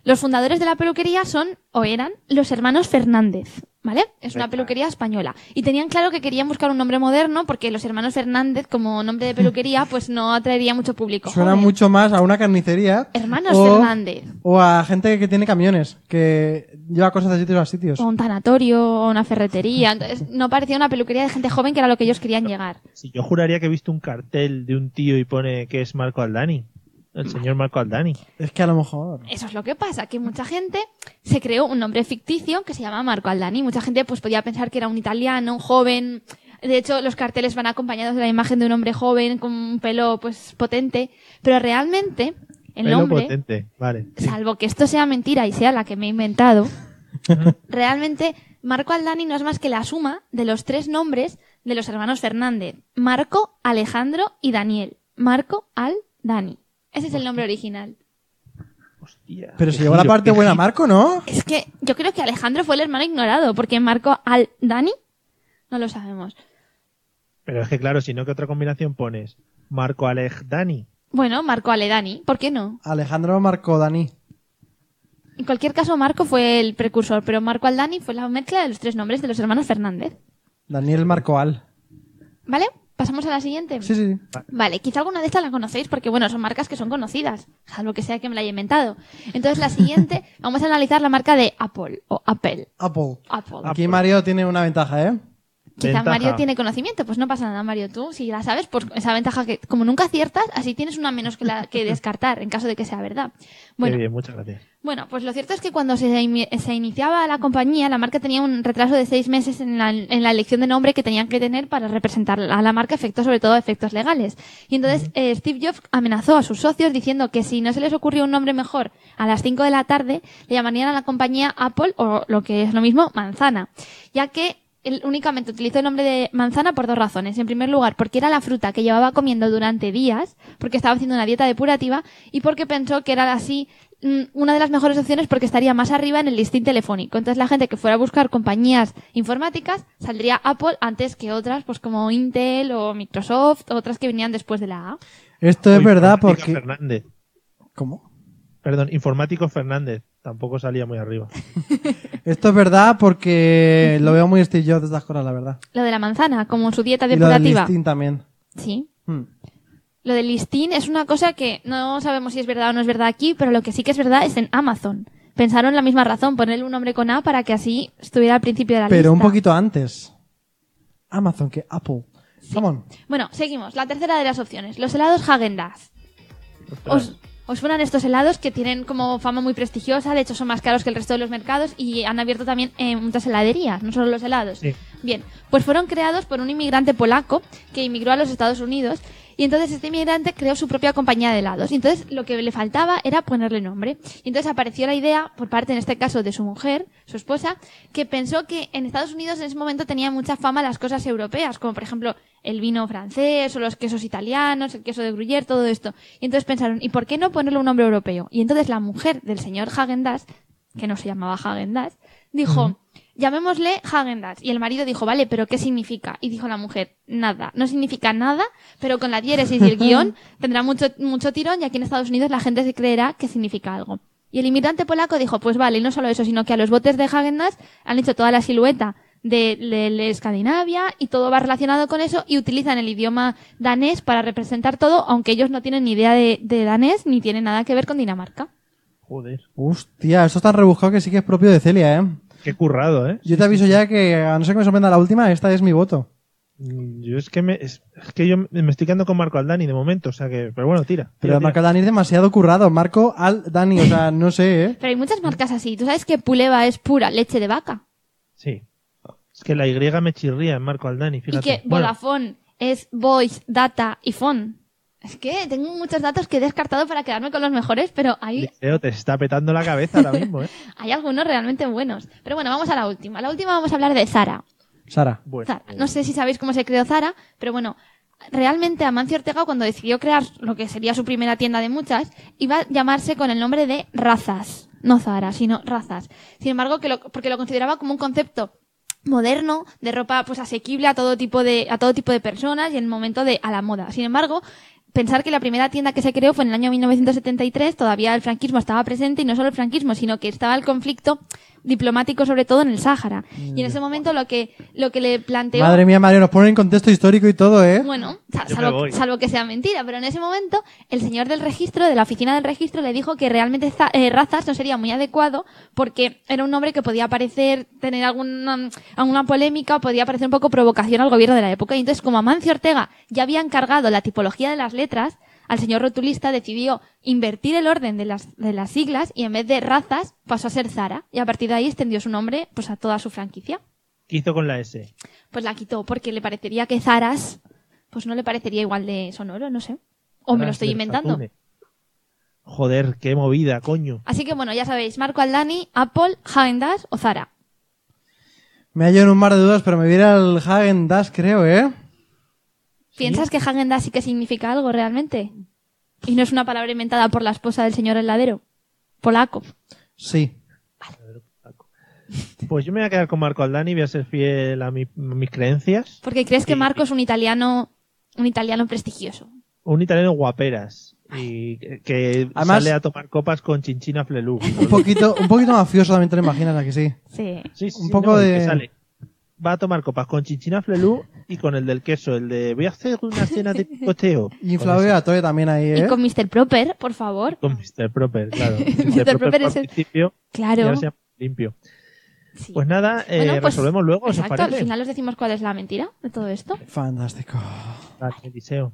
Speaker 5: los fundadores de la peluquería son o eran los hermanos Fernández, ¿vale? Es una peluquería española. Y tenían claro que querían buscar un nombre moderno porque los hermanos Fernández como nombre de peluquería pues no atraería mucho público.
Speaker 4: Suena
Speaker 5: joven.
Speaker 4: mucho más a una carnicería.
Speaker 5: Hermanos
Speaker 4: o-
Speaker 5: Fernández.
Speaker 4: O a gente que tiene camiones, que lleva cosas de sitios a sitios.
Speaker 5: O un tanatorio, o una ferretería. Entonces, no parecía una peluquería de gente joven que era lo que ellos querían llegar.
Speaker 2: Si yo juraría que he visto un cartel de un tío y pone que es Marco Aldani.
Speaker 4: Mm.
Speaker 2: El señor Marco Aldani.
Speaker 4: Es que a lo mejor...
Speaker 5: Eso es lo que pasa, que mucha gente se creó un nombre ficticio que se llama Marco Aldani. Mucha gente pues podía pensar que era un italiano, un joven. De hecho, los carteles van acompañados de la imagen de un hombre joven con un pelo pues potente, pero realmente el
Speaker 2: Pelo
Speaker 5: nombre,
Speaker 2: potente. Vale. sí.
Speaker 5: salvo que esto sea mentira y sea la que me he inventado, realmente Marco Aldani no es más que la suma de los tres nombres de los hermanos Fernández, Marco, Alejandro y Daniel. Marco Aldani. Ese es el nombre original.
Speaker 2: Hostia,
Speaker 4: Pero
Speaker 2: qué
Speaker 4: se llevó la
Speaker 2: giro,
Speaker 4: parte
Speaker 2: qué
Speaker 4: buena
Speaker 2: giro.
Speaker 4: Marco, ¿no?
Speaker 5: Es que yo creo que Alejandro fue el hermano ignorado, porque Marco al Dani no lo sabemos.
Speaker 2: Pero es que claro, si no, ¿qué otra combinación pones? Marco Alej Dani.
Speaker 5: Bueno, Marco Ale Dani, ¿por qué no?
Speaker 4: Alejandro Marco Dani.
Speaker 5: En cualquier caso, Marco fue el precursor, pero Marco Aldani fue la mezcla de los tres nombres de los hermanos Fernández.
Speaker 4: Daniel Marcoal.
Speaker 5: ¿Vale? ¿Pasamos a la siguiente?
Speaker 4: Sí, sí, sí.
Speaker 5: Vale, quizá alguna de estas la conocéis porque, bueno, son marcas que son conocidas, salvo que sea que me la haya inventado. Entonces, la siguiente, vamos a analizar la marca de Apple o Apple.
Speaker 4: Apple.
Speaker 5: Apple.
Speaker 4: Aquí Mario tiene una ventaja, ¿eh?
Speaker 5: Quizá
Speaker 2: Ventaja.
Speaker 5: Mario tiene conocimiento, pues no pasa nada, Mario. Tú, si la sabes, pues esa ventaja que, como nunca aciertas, así tienes una menos que, la, que descartar en caso de que sea verdad.
Speaker 2: Qué
Speaker 5: Bueno,
Speaker 2: bien, muchas gracias.
Speaker 5: bueno, pues lo cierto es que cuando se, imi- se iniciaba la compañía, la marca tenía un retraso de seis meses en la, en la elección de nombre que tenían que tener para representar a la marca efectos, sobre todo efectos legales. Y entonces eh, Steve Jobs amenazó a sus socios diciendo que si no se les ocurrió un nombre mejor a las 5 de la tarde, le llamarían a la compañía Apple o lo que es lo mismo, manzana. Ya que él únicamente utilizó el nombre de manzana por dos razones. En primer lugar, porque era la fruta que llevaba comiendo durante días, porque estaba haciendo una dieta depurativa y porque pensó que era así mm, una de las mejores opciones porque estaría más arriba en el listín telefónico. Entonces la gente que fuera a buscar compañías informáticas saldría Apple antes que otras, pues como Intel o Microsoft, otras que venían después de la A.
Speaker 4: Esto
Speaker 2: O
Speaker 4: es verdad
Speaker 2: Informática
Speaker 4: porque...
Speaker 2: Fernández.
Speaker 4: ¿Cómo?
Speaker 2: Perdón, Informático Fernández. Tampoco salía muy arriba.
Speaker 4: Esto es verdad porque lo veo muy Steve Jobs de estas cosas, la verdad.
Speaker 5: Lo de la manzana, como su dieta
Speaker 4: Y lo del
Speaker 5: depurativa.
Speaker 4: listing también.
Speaker 5: sí.
Speaker 4: Hmm.
Speaker 5: Lo del listín es una cosa que no sabemos si es verdad o no es verdad aquí, pero lo que sí que es verdad es en Amazon. Pensaron la misma razón, ponerle un nombre con A para que así estuviera al principio de la lista.
Speaker 4: Pero un poquito antes. Amazon que Apple. Come on.
Speaker 5: Bueno, seguimos. La tercera de las opciones. Los helados Häagen-Dazs. ¿Os, os suenan estos helados que tienen como fama muy prestigiosa? De hecho, son más caros que el resto de los mercados y han abierto también eh, muchas heladerías, no solo los helados.
Speaker 2: Sí.
Speaker 5: Bien, pues fueron creados por un inmigrante polaco que inmigró a los Estados Unidos y entonces este inmigrante creó su propia compañía de helados. Y entonces lo que le faltaba era ponerle nombre. Y entonces apareció la idea, por parte en este caso de su mujer, su esposa, que pensó que en Estados Unidos en ese momento tenía mucha fama las cosas europeas, como por ejemplo el vino francés o los quesos italianos, el queso de Gruyère, todo esto. Y entonces pensaron, ¿y por qué no ponerle un nombre europeo? Y entonces la mujer del señor Hagendaz, que no se llamaba Hagendaz, dijo, llamémosle Hagendaz. Y el marido dijo, vale, pero ¿qué significa? Y dijo la mujer, nada. No significa nada, pero con la diéresis y el guión tendrá mucho, mucho tirón y aquí en Estados Unidos la gente se creerá que significa algo. Y el inmigrante polaco dijo, pues vale, y no solo eso, sino que a los botes de Hagendaz han hecho toda la silueta de, de- de Escandinavia y todo va relacionado con eso y utilizan el idioma danés para representar todo, aunque ellos no tienen ni idea de, de danés ni tienen nada que ver con Dinamarca.
Speaker 2: Joder.
Speaker 4: Hostia, esto está rebuscado que sí que es propio de Celia, ¿eh?
Speaker 2: Qué currado, ¿eh?
Speaker 4: Yo te aviso ya que, a no ser que me sorprenda la última, esta es mi voto.
Speaker 2: Mm, Yo es que me, es, es que yo me estoy quedando con Marco Aldani de momento, o sea que, pero bueno, tira.
Speaker 4: Pero
Speaker 2: tira,
Speaker 4: Marco
Speaker 2: tira.
Speaker 4: Dani es demasiado currado. Marco al Dani, o sea, no sé, ¿eh?
Speaker 5: Pero hay muchas marcas así. ¿Tú sabes que Puleva es pura leche de vaca?
Speaker 2: Sí. Es que la Y me chirría en Marco Aldani, fíjate.
Speaker 5: Y que
Speaker 2: Bueno,
Speaker 5: Vodafone es Voice, Data y Phone. Es que tengo muchos datos que he descartado para quedarme con los mejores, pero hay,
Speaker 2: Liceo, te está petando la cabeza ahora mismo, ¿eh?
Speaker 5: hay algunos realmente buenos. Pero bueno, vamos a la última. La última vamos a hablar de Zara.
Speaker 4: Sara.
Speaker 2: Bueno,
Speaker 5: Zara. No sé si sabéis cómo se creó Zara, pero bueno, realmente Amancio Ortega cuando decidió crear lo que sería su primera tienda de muchas, iba a llamarse con el nombre de Razas. No Zara, sino Razas. Sin embargo, que lo- porque lo consideraba como un concepto moderno, de ropa pues asequible a todo tipo de, a todo tipo de personas y en el momento de a la moda. Sin embargo, pensar que la primera tienda que se creó fue en el año 1973, todavía el franquismo estaba presente y no solo el franquismo, sino que estaba el conflicto diplomático sobre todo en el Sáhara. Y en ese momento lo que, lo que le planteó...
Speaker 4: Madre mía, Mario, nos ponen en contexto histórico y todo, ¿eh?
Speaker 5: Bueno, sa-
Speaker 2: Yo me
Speaker 5: salvo,
Speaker 2: voy.
Speaker 5: salvo que sea mentira, pero en ese momento el señor del registro, de la oficina del registro, le dijo que realmente za- eh, razas no sería muy adecuado porque era un nombre que podía parecer tener alguna, mm, alguna polémica o podía parecer un poco provocación al gobierno de la época. Y entonces, como Amancio Ortega ya había encargado la tipología de las letras, al señor rotulista decidió invertir el orden de las, de las siglas y en vez de razas pasó a ser Zara. Y a partir de ahí extendió su nombre pues a toda su franquicia
Speaker 2: ¿qué hizo con la S?
Speaker 5: pues la quitó porque le parecería que Zaras, pues no le parecería igual de sonoro, no sé. O me lo
Speaker 2: Tras
Speaker 5: estoy
Speaker 2: del
Speaker 5: inventando.
Speaker 2: Satune. Joder, qué movida, coño.
Speaker 5: Así que bueno, ya sabéis, Marco Aldani, Apple, Hagendas o Zara.
Speaker 4: Me hallo en un mar de dudas, pero me viera el Hagen Dash, creo, ¿eh?
Speaker 5: ¿Piensas que Hagendas sí que significa algo realmente? Y no es una palabra inventada por la esposa del señor heladero. Polaco.
Speaker 4: Sí.
Speaker 2: Pues yo me voy a quedar con Marco Aldani, voy a ser fiel a, mi- a mis creencias.
Speaker 5: Porque crees que
Speaker 2: Sí.
Speaker 5: Marco es un italiano, un italiano prestigioso.
Speaker 2: Un italiano guaperas. y que- que
Speaker 4: Además-
Speaker 2: sale a tomar copas con Chinchina Flelú.
Speaker 4: Un poquito, un poquito mafioso también te lo imaginas, ¿a que sí?
Speaker 5: Sí.
Speaker 2: Sí, sí,
Speaker 4: un
Speaker 2: sí,
Speaker 4: poco
Speaker 2: no, y
Speaker 4: de-
Speaker 2: que sale. Va a tomar copas con Chinchina Flelú y con el del queso, el de voy a hacer una cena de picoteo.
Speaker 4: Y Flavio Atoe también ahí, ¿eh?
Speaker 5: Y con Mr. Proper, por favor.
Speaker 2: Con Mr. Proper, claro.
Speaker 5: Mr. Proper es
Speaker 2: por
Speaker 5: el-
Speaker 2: principio, y
Speaker 5: Claro.
Speaker 2: ahora se llama limpio.
Speaker 5: Sí.
Speaker 2: Pues nada, eh,
Speaker 5: Bueno, pues-
Speaker 2: resolvemos luego, ¿os
Speaker 5: Exacto, al
Speaker 2: parece?
Speaker 5: final os decimos cuál es la mentira de todo esto.
Speaker 4: Fantástico.
Speaker 2: Vale, Eliseo.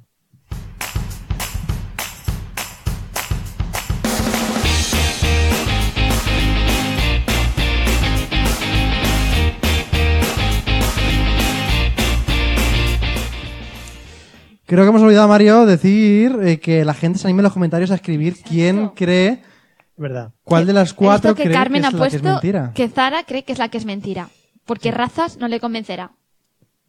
Speaker 4: Creo que hemos olvidado, Mario, decir eh, que la gente se anime en los comentarios a escribir quién cree
Speaker 2: Es verdad.
Speaker 4: cuál de las cuatro
Speaker 5: Esto que
Speaker 4: cree
Speaker 5: Carmen
Speaker 4: que
Speaker 5: ha
Speaker 4: es la que es
Speaker 5: puesto
Speaker 4: mentira.
Speaker 5: que Zara cree que es la que es mentira. Porque razas no le convencerá.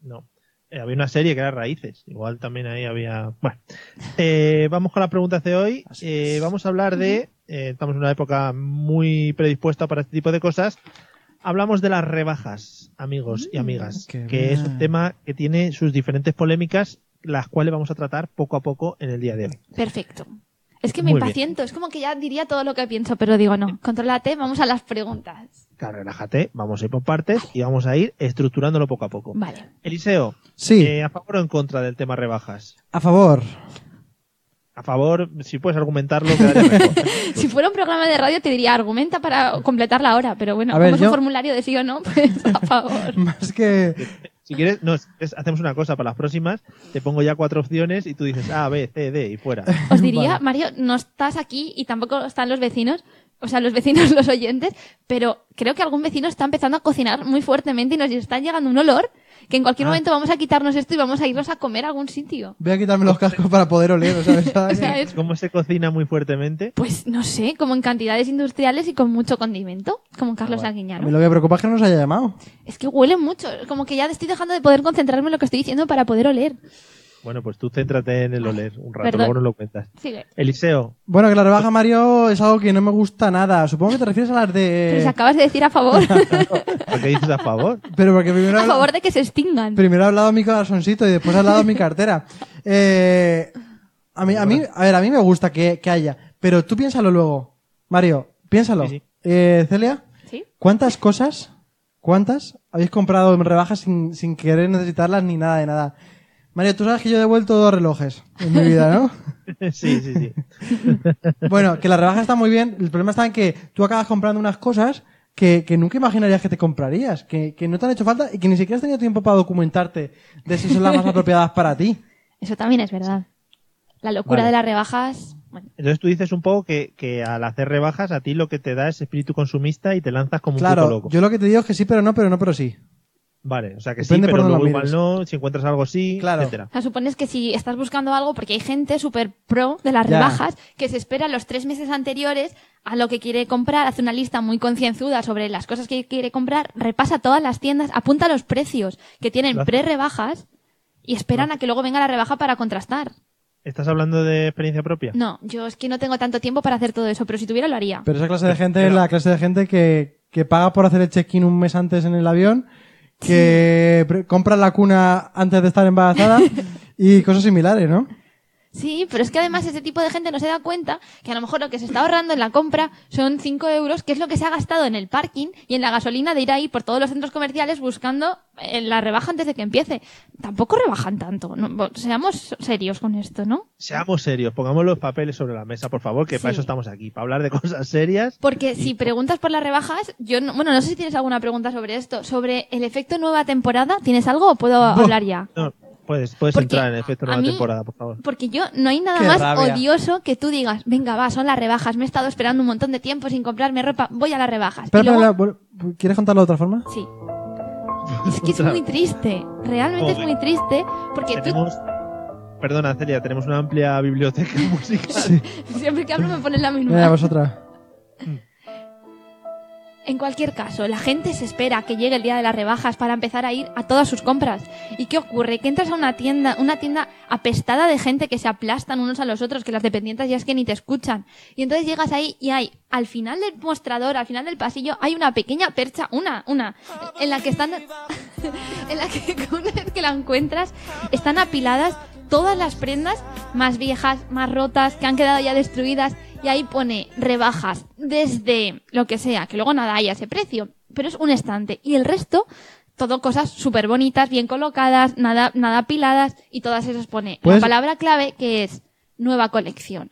Speaker 2: No. Eh, había una serie que era Raíces. Igual también ahí había. Bueno. Eh, vamos con las preguntas de hoy. Eh, vamos a hablar de. eh, estamos en una época muy predispuesta para este tipo de cosas. Hablamos de las rebajas, amigos
Speaker 5: Mm,
Speaker 2: y amigas,
Speaker 4: qué
Speaker 2: que es un
Speaker 4: bien.
Speaker 2: tema que tiene sus diferentes polémicas, las cuales vamos a tratar poco a poco en el día de hoy.
Speaker 5: Perfecto. Es que me
Speaker 2: Muy bien.
Speaker 5: impaciento, es como que ya diría todo lo que pienso, pero digo no. Contrólate, vamos a las preguntas.
Speaker 2: Claro, relájate, vamos a ir por partes y vamos a ir estructurándolo poco a poco.
Speaker 5: Vale.
Speaker 2: Eliseo,
Speaker 4: Sí,
Speaker 2: eh, ¿a favor o en contra del tema rebajas?
Speaker 4: a favor.
Speaker 2: A favor, si puedes argumentarlo, quedaría mejor.
Speaker 5: Si fuera un programa de radio te diría argumenta para completar la hora, pero bueno,
Speaker 4: A ver,
Speaker 5: como es un
Speaker 4: yo-
Speaker 5: formulario de sí o no, pues a favor.
Speaker 4: Más que...
Speaker 2: Si quieres, no, si quieres, hacemos una cosa para las próximas. Te pongo ya cuatro opciones y tú dices A, B, C, D y fuera.
Speaker 5: Os diría, Mario, no estás aquí y tampoco están los vecinos, o sea, los vecinos, los oyentes, pero creo que algún vecino está empezando a cocinar muy fuertemente y nos está llegando un olor que en
Speaker 4: Ah.
Speaker 5: cualquier momento vamos a quitarnos esto y vamos a irnos a comer a algún sitio.
Speaker 4: Voy a quitarme los cascos para poder oler,
Speaker 5: O
Speaker 4: ¿sabes?
Speaker 5: sea, es-
Speaker 2: ¿Cómo se cocina muy fuertemente?
Speaker 5: pues no sé, como en cantidades industriales y con mucho condimento, como Carlos
Speaker 4: Ah, A
Speaker 5: Arguiñano.
Speaker 4: mí lo que me preocupa es que no nos haya llamado.
Speaker 5: Es que huele mucho, como que ya estoy dejando de poder concentrarme en lo que estoy diciendo para poder oler.
Speaker 2: Bueno, pues tú céntrate en el oler un rato,
Speaker 5: Perdón.
Speaker 2: luego nos lo cuentas.
Speaker 5: Sigue.
Speaker 2: Eliseo,
Speaker 4: Bueno, que la rebaja, Mario, es algo que no me gusta nada. Supongo que te refieres a las
Speaker 5: Pero si
Speaker 4: de...
Speaker 5: acabas de decir a favor,
Speaker 2: ¿por qué dices a favor?
Speaker 4: Pero porque primero...
Speaker 5: a favor de que se extingan.
Speaker 4: Primero ha hablado mi corazoncito y después ha hablado mi cartera. Eh, a, mí, a, mí, a ver, a mí me gusta que, que haya. Pero tú piénsalo luego. Mario, piénsalo.
Speaker 2: Sí, sí.
Speaker 4: Eh, Celia,
Speaker 5: ¿Sí?
Speaker 4: ¿cuántas cosas, cuántas habéis comprado en rebajas sin, sin querer necesitarlas ni nada de nada? Mario, tú sabes que yo he devuelto dos relojes en mi vida, ¿no?
Speaker 2: Sí, sí, sí.
Speaker 4: Bueno, que la rebaja está muy bien. El problema está en que tú acabas comprando unas cosas que, que nunca imaginarías que te comprarías, que, que no te han hecho falta y que ni siquiera has tenido tiempo para documentarte de si son las más apropiadas para ti.
Speaker 5: Eso también es verdad. La locura
Speaker 2: Vale.
Speaker 5: de las rebajas. Bueno,
Speaker 2: Entonces tú dices un poco que, que al hacer rebajas a ti lo que te da es espíritu consumista y te lanzas como un puto
Speaker 4: Claro,
Speaker 2: loco.
Speaker 4: yo lo que te digo es que sí, pero no, pero no, pero sí.
Speaker 2: Vale, o sea que sí,
Speaker 4: Depende por
Speaker 2: pero
Speaker 4: dónde
Speaker 2: luego
Speaker 4: lo
Speaker 2: igual
Speaker 4: mires.
Speaker 2: no, si encuentras algo sí,
Speaker 4: Claro.
Speaker 2: etcétera.
Speaker 5: o sea, supones que si estás buscando algo, porque hay gente súper pro de las
Speaker 4: Ya.
Speaker 5: rebajas que se espera los tres meses anteriores a lo que quiere comprar, hace una lista muy concienzuda sobre las cosas que quiere comprar, repasa todas las tiendas, apunta los precios que tienen
Speaker 2: Claro.
Speaker 5: pre-rebajas y esperan a que luego venga la rebaja para contrastar.
Speaker 2: ¿Estás hablando de experiencia propia?
Speaker 5: No, yo es que no tengo tanto tiempo para hacer todo eso, pero si tuviera lo haría.
Speaker 4: Pero esa clase de gente es la clase de gente que, que paga por hacer el check-in un mes antes en el avión, que pre- compra la cuna antes de estar embarazada y cosas similares, ¿no?
Speaker 5: Sí, pero es que además ese tipo de gente no se da cuenta que a lo mejor lo que se está ahorrando en la compra son 5 euros, que es lo que se ha gastado en el parking y en la gasolina de ir ahí por todos los centros comerciales buscando eh, la rebaja antes de que empiece. Tampoco rebajan tanto. no, bo- seamos serios con esto, ¿no?
Speaker 2: Seamos serios, pongamos los papeles sobre la mesa, por favor, que para
Speaker 5: Sí.
Speaker 2: eso estamos aquí, para hablar de cosas serias.
Speaker 5: Porque si preguntas por las rebajas, yo no, bueno, no sé si tienes alguna pregunta sobre esto. Sobre el efecto nueva temporada, ¿tienes algo o puedo hablar ya?
Speaker 2: No, puedes, puedes
Speaker 5: Porque
Speaker 2: entrar en efecto
Speaker 5: a
Speaker 2: nueva
Speaker 5: mí-
Speaker 2: temporada, por favor.
Speaker 5: Porque yo, no hay nada
Speaker 4: Qué
Speaker 5: más
Speaker 4: rabia.
Speaker 5: odioso que tú digas, venga, va, son las rebajas, me he estado esperando un montón de tiempo sin comprarme ropa, voy a las rebajas. Y
Speaker 4: Espera,
Speaker 5: luego-
Speaker 4: espera, espera, ¿Quieres contarlo de otra forma?
Speaker 5: Sí. Es que es muy triste, realmente es
Speaker 2: Joder.
Speaker 5: muy triste, porque tú
Speaker 2: Tenemos, perdona, Celia, tenemos una amplia biblioteca musical.
Speaker 5: siempre que hablo me pones la
Speaker 4: Mira,
Speaker 5: misma.
Speaker 4: vosotras.
Speaker 5: En cualquier caso, la gente se espera que llegue el día de las rebajas para empezar a ir a todas sus compras. ¿Y qué ocurre? Que entras a una tienda, una tienda apestada de gente que se aplastan unos a los otros, que las dependientes ya es que ni te escuchan. Y entonces llegas ahí y hay, al final del mostrador, al final del pasillo, hay una pequeña percha, una, una, en la que están, en la que una vez que la encuentras, están apiladas todas las prendas más viejas, más rotas, que han quedado ya destruidas. Y ahí pone rebajas desde lo que sea, que luego nada haya ese precio. Pero es un estante. Y el resto, todo cosas súper bonitas, bien colocadas, nada, nada apiladas. Y todas esas pone
Speaker 4: Puedes-
Speaker 5: la palabra clave que es nueva colección.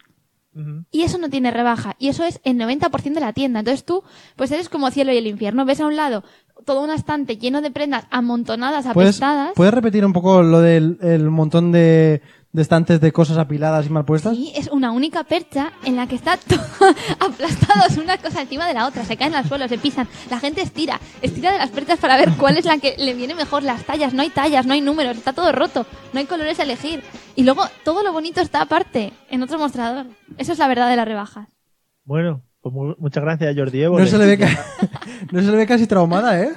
Speaker 5: Y eso no tiene rebaja. Y eso es el 90% de la tienda. Entonces tú, pues eres como cielo y el infierno. Ves a un lado todo un estante lleno de prendas amontonadas,
Speaker 4: ¿Puedes,
Speaker 5: apestadas.
Speaker 4: ¿Puedes repetir un poco lo del el montón de, de estantes de cosas apiladas y mal puestas?
Speaker 5: Sí, es una única percha en la que está todo aplastados una cosa encima de la otra. Se caen al suelo, se pisan. La gente estira, estira de las perchas para ver cuál es la que le viene mejor. Las tallas, no hay tallas, no hay números, está todo roto. No hay colores a elegir. Y luego todo lo bonito está aparte, en otro mostrador. Eso es la verdad de las rebajas.
Speaker 2: Bueno, pues mu- muchas gracias, Jordi Évole.
Speaker 4: No se, le ve ca- no se le ve casi traumada, ¿eh?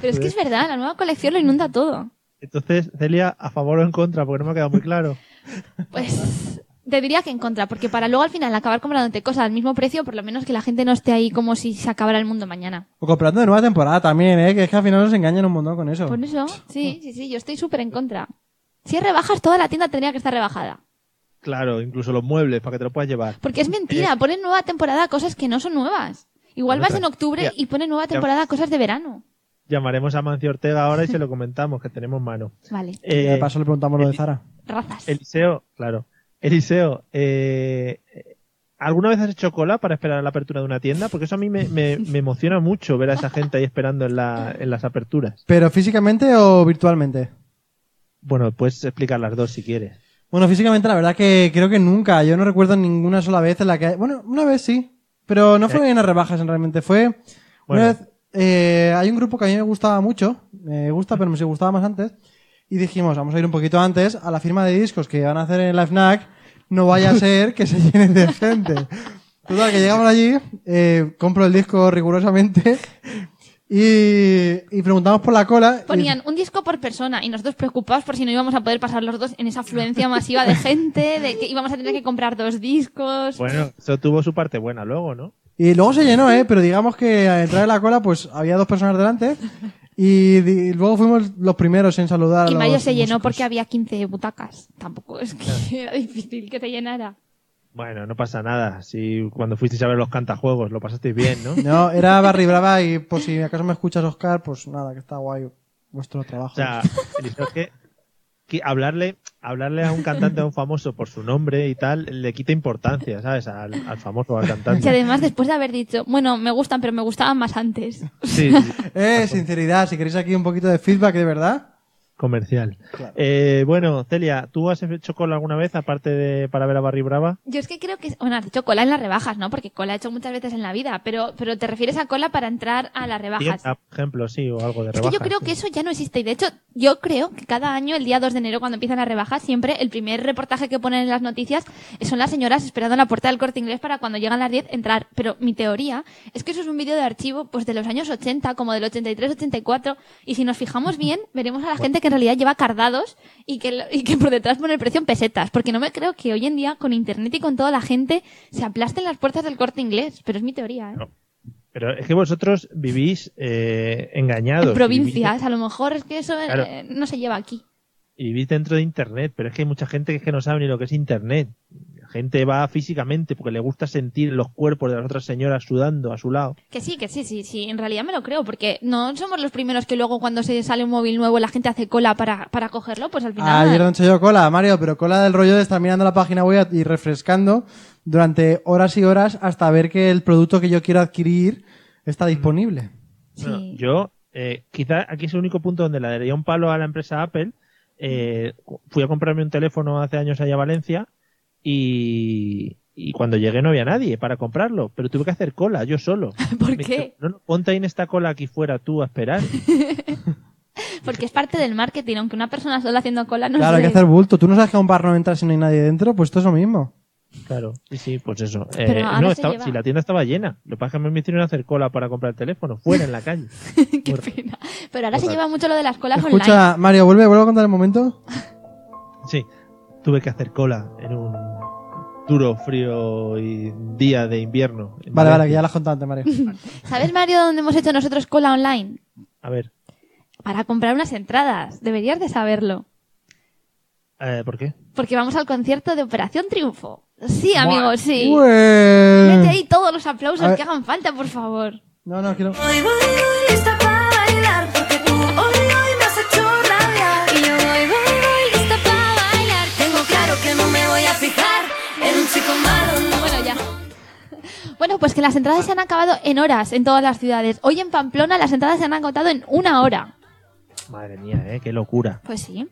Speaker 5: Pero es que es verdad, la nueva colección lo inunda todo.
Speaker 2: Entonces, Celia, ¿a favor o en contra? Porque no me ha quedado muy claro.
Speaker 5: Pues te diría que en contra, porque para luego al final acabar comprándote cosas al mismo precio, por lo menos que la gente no esté ahí como si se acabara el mundo mañana.
Speaker 4: O comprando de nueva temporada también, ¿eh? Que es que al final nos engañan un montón con eso.
Speaker 5: Por eso, sí, sí, sí, yo estoy súper en contra. Si rebajas, toda la tienda tendría que estar rebajada.
Speaker 2: Claro, incluso los muebles, para que te lo puedas llevar.
Speaker 5: Porque es mentira, ponen nueva temporada cosas que no son nuevas. Igual
Speaker 2: Bueno,
Speaker 5: vas en
Speaker 2: tra-
Speaker 5: octubre
Speaker 2: ya.
Speaker 5: y ponen nueva
Speaker 2: Ya.
Speaker 5: temporada cosas de verano.
Speaker 2: Llamaremos a Mancio Ortega ahora y se lo comentamos, que tenemos mano.
Speaker 5: Vale,
Speaker 4: Y
Speaker 2: Eh,
Speaker 4: de paso le preguntamos lo de
Speaker 2: el-
Speaker 4: Zara.
Speaker 5: razas.
Speaker 2: Eliseo, claro. Eliseo, eh, ¿alguna vez has hecho cola para esperar la apertura de una tienda? Porque eso a mí me, me- me emociona mucho ver a esa gente ahí esperando en, la- en las aperturas.
Speaker 4: ¿Pero físicamente o virtualmente?
Speaker 2: Bueno, puedes explicar las dos si quieres.
Speaker 4: Bueno, físicamente la verdad que creo que nunca. Yo no recuerdo ninguna sola vez en la que... Bueno, una vez sí. Pero no fue en las rebajas, en- realmente. Fue
Speaker 2: Bueno.
Speaker 4: una vez... eh, hay un grupo que a mí me gustaba mucho. Me gusta, pero me gustaba más antes. Y dijimos, vamos a ir un poquito antes a la firma de discos que van a hacer en la FNAC. No vaya a ser que se llene de gente. Total, que llegamos allí, eh, compro el disco rigurosamente y, y preguntamos por la cola. y-
Speaker 5: Ponían un disco por persona y nosotros preocupados por si no íbamos a poder pasar los dos en esa afluencia masiva de gente, de que íbamos a tener que comprar dos discos.
Speaker 2: Bueno, eso tuvo su parte buena luego, ¿no?
Speaker 4: Y luego se llenó, ¿eh? Pero digamos que al entrar en la cola, pues había dos personas delante. Y, di- y luego fuimos los primeros en saludar. a
Speaker 5: Y Mayo
Speaker 4: los
Speaker 5: se llenó
Speaker 4: músicos.
Speaker 5: porque había 15 butacas. Tampoco es que era difícil que te llenara.
Speaker 2: Bueno, no pasa nada. Si cuando fuisteis a ver los cantajuegos lo pasasteis bien, ¿no?
Speaker 4: No, era Barry Brava y por si acaso me escuchas, Oscar, pues nada, que está guay vuestro trabajo.
Speaker 2: O sea, Eliseo, es que, que hablarle, hablarle a un cantante, a un famoso por su nombre y tal, le quita importancia, ¿sabes? Al, al famoso, al
Speaker 5: Y
Speaker 2: cantante.
Speaker 5: además, después de haber dicho, bueno, me gustan, pero me gustaban más antes.
Speaker 2: Sí, sí,
Speaker 4: Eh, sinceridad, si queréis aquí un poquito de feedback de verdad.
Speaker 2: comercial. Eh, bueno, Celia, ¿tú has hecho cola alguna vez, aparte de para ver a Barry Brava?
Speaker 5: Yo es que creo que, bueno, has dicho cola en las rebajas, ¿no? Porque cola he hecho muchas veces en la vida, pero, pero te refieres a cola para entrar a las rebajas.
Speaker 2: Tienda, por ejemplo, sí, o algo de
Speaker 5: Es que
Speaker 2: rebajas.
Speaker 5: yo creo
Speaker 2: sí.
Speaker 5: que eso ya no existe. Y de hecho, yo creo que cada año, el día 2 de enero, cuando empiezan las rebajas, siempre el primer reportaje que ponen en las noticias son las señoras esperando en la puerta del corte inglés para cuando llegan las 10 entrar. Pero mi teoría es que eso es un vídeo de archivo pues de los años 80, como del 83, 84. Y si nos fijamos bien, veremos a la gente que en realidad lleva cardados y que, lo- y que por detrás pone el precio en pesetas. Porque no me creo que hoy en día, con internet y con toda la gente, se aplasten las puertas del corte inglés. Pero es mi teoría, ¿eh?
Speaker 2: No, Pero es que vosotros vivís eh, engañados.
Speaker 5: En provincias, a lo mejor es que eso eh,
Speaker 2: Claro.
Speaker 5: no se lleva aquí.
Speaker 2: Y vivís, y vivís dentro de Internet, pero es que hay mucha gente que es que no sabe ni lo que es Internet. La gente va físicamente porque le gusta sentir los cuerpos de las otras señoras sudando a su lado.
Speaker 5: Que sí, que sí, sí, sí. En realidad me lo creo, porque no somos los primeros que luego cuando se sale un móvil nuevo la gente hace cola para, para cogerlo, pues al final.
Speaker 4: Ayer no he hecho Ah, yo cola, Mario, pero cola del rollo de estar mirando la página web y refrescando durante horas y horas hasta ver que el producto que yo quiero adquirir está disponible.
Speaker 5: sí.
Speaker 2: Bueno, yo, eh, quizá aquí es el único punto donde le daría un palo a la empresa Apple. Eh, cu- fui a comprarme un teléfono hace años allá a Valencia y, y cuando llegué no había nadie para comprarlo, pero tuve que hacer cola yo solo.
Speaker 5: ¿Por
Speaker 2: Me
Speaker 5: qué?
Speaker 2: dijo, no, no, ponte ahí en esta cola aquí fuera tú a esperar.
Speaker 5: Porque es parte del marketing, aunque una persona sola haciendo cola no
Speaker 4: claro, hay
Speaker 5: sé.
Speaker 4: que hacer bulto. Tú no sabes que a un bar no entras si no hay nadie dentro, pues esto es lo mismo.
Speaker 2: Claro, sí, sí, pues eso. Eh,
Speaker 5: Pero ahora
Speaker 2: no,
Speaker 5: se
Speaker 2: estaba-
Speaker 5: lleva.
Speaker 2: si la tienda estaba llena, lo que pasa es que me hicieron hacer cola para comprar el teléfono, fuera en la calle.
Speaker 5: Qué
Speaker 2: Bueno,
Speaker 5: pena. Pero ahora se
Speaker 2: Total.
Speaker 5: lleva mucho lo de las colas online.
Speaker 4: Escucha, Mario, vuelve, vuelve a contar el momento.
Speaker 2: Sí, tuve que hacer cola en un duro, frío y día de invierno. en
Speaker 4: Vale, vale,
Speaker 2: Valencia.
Speaker 4: que ya la has contado antes, Mario.
Speaker 5: ¿Sabes, Mario, dónde hemos hecho nosotros cola online?
Speaker 2: A ver,
Speaker 5: Para comprar unas entradas. Deberías de saberlo.
Speaker 2: eh, ¿por qué?
Speaker 5: porque vamos al concierto de Operación Triunfo. Sí, amigos, sí.
Speaker 4: Bueno.
Speaker 5: Mete ahí todos los aplausos
Speaker 4: A ver.
Speaker 5: que hagan falta, por favor.
Speaker 4: No, no, quiero.
Speaker 7: Hoy voy, voy lista para bailar porque tú hoy, hoy me has hecho rabiar. Y yo voy, voy, voy lista para bailar. Tengo claro que no me voy a fijar en un chico malo. No.
Speaker 5: Bueno, ya. Bueno, pues que las entradas se han acabado en horas en todas las ciudades. Hoy en Pamplona las entradas se han agotado en una hora.
Speaker 2: Madre mía, ¿eh? qué locura.
Speaker 5: Pues sí.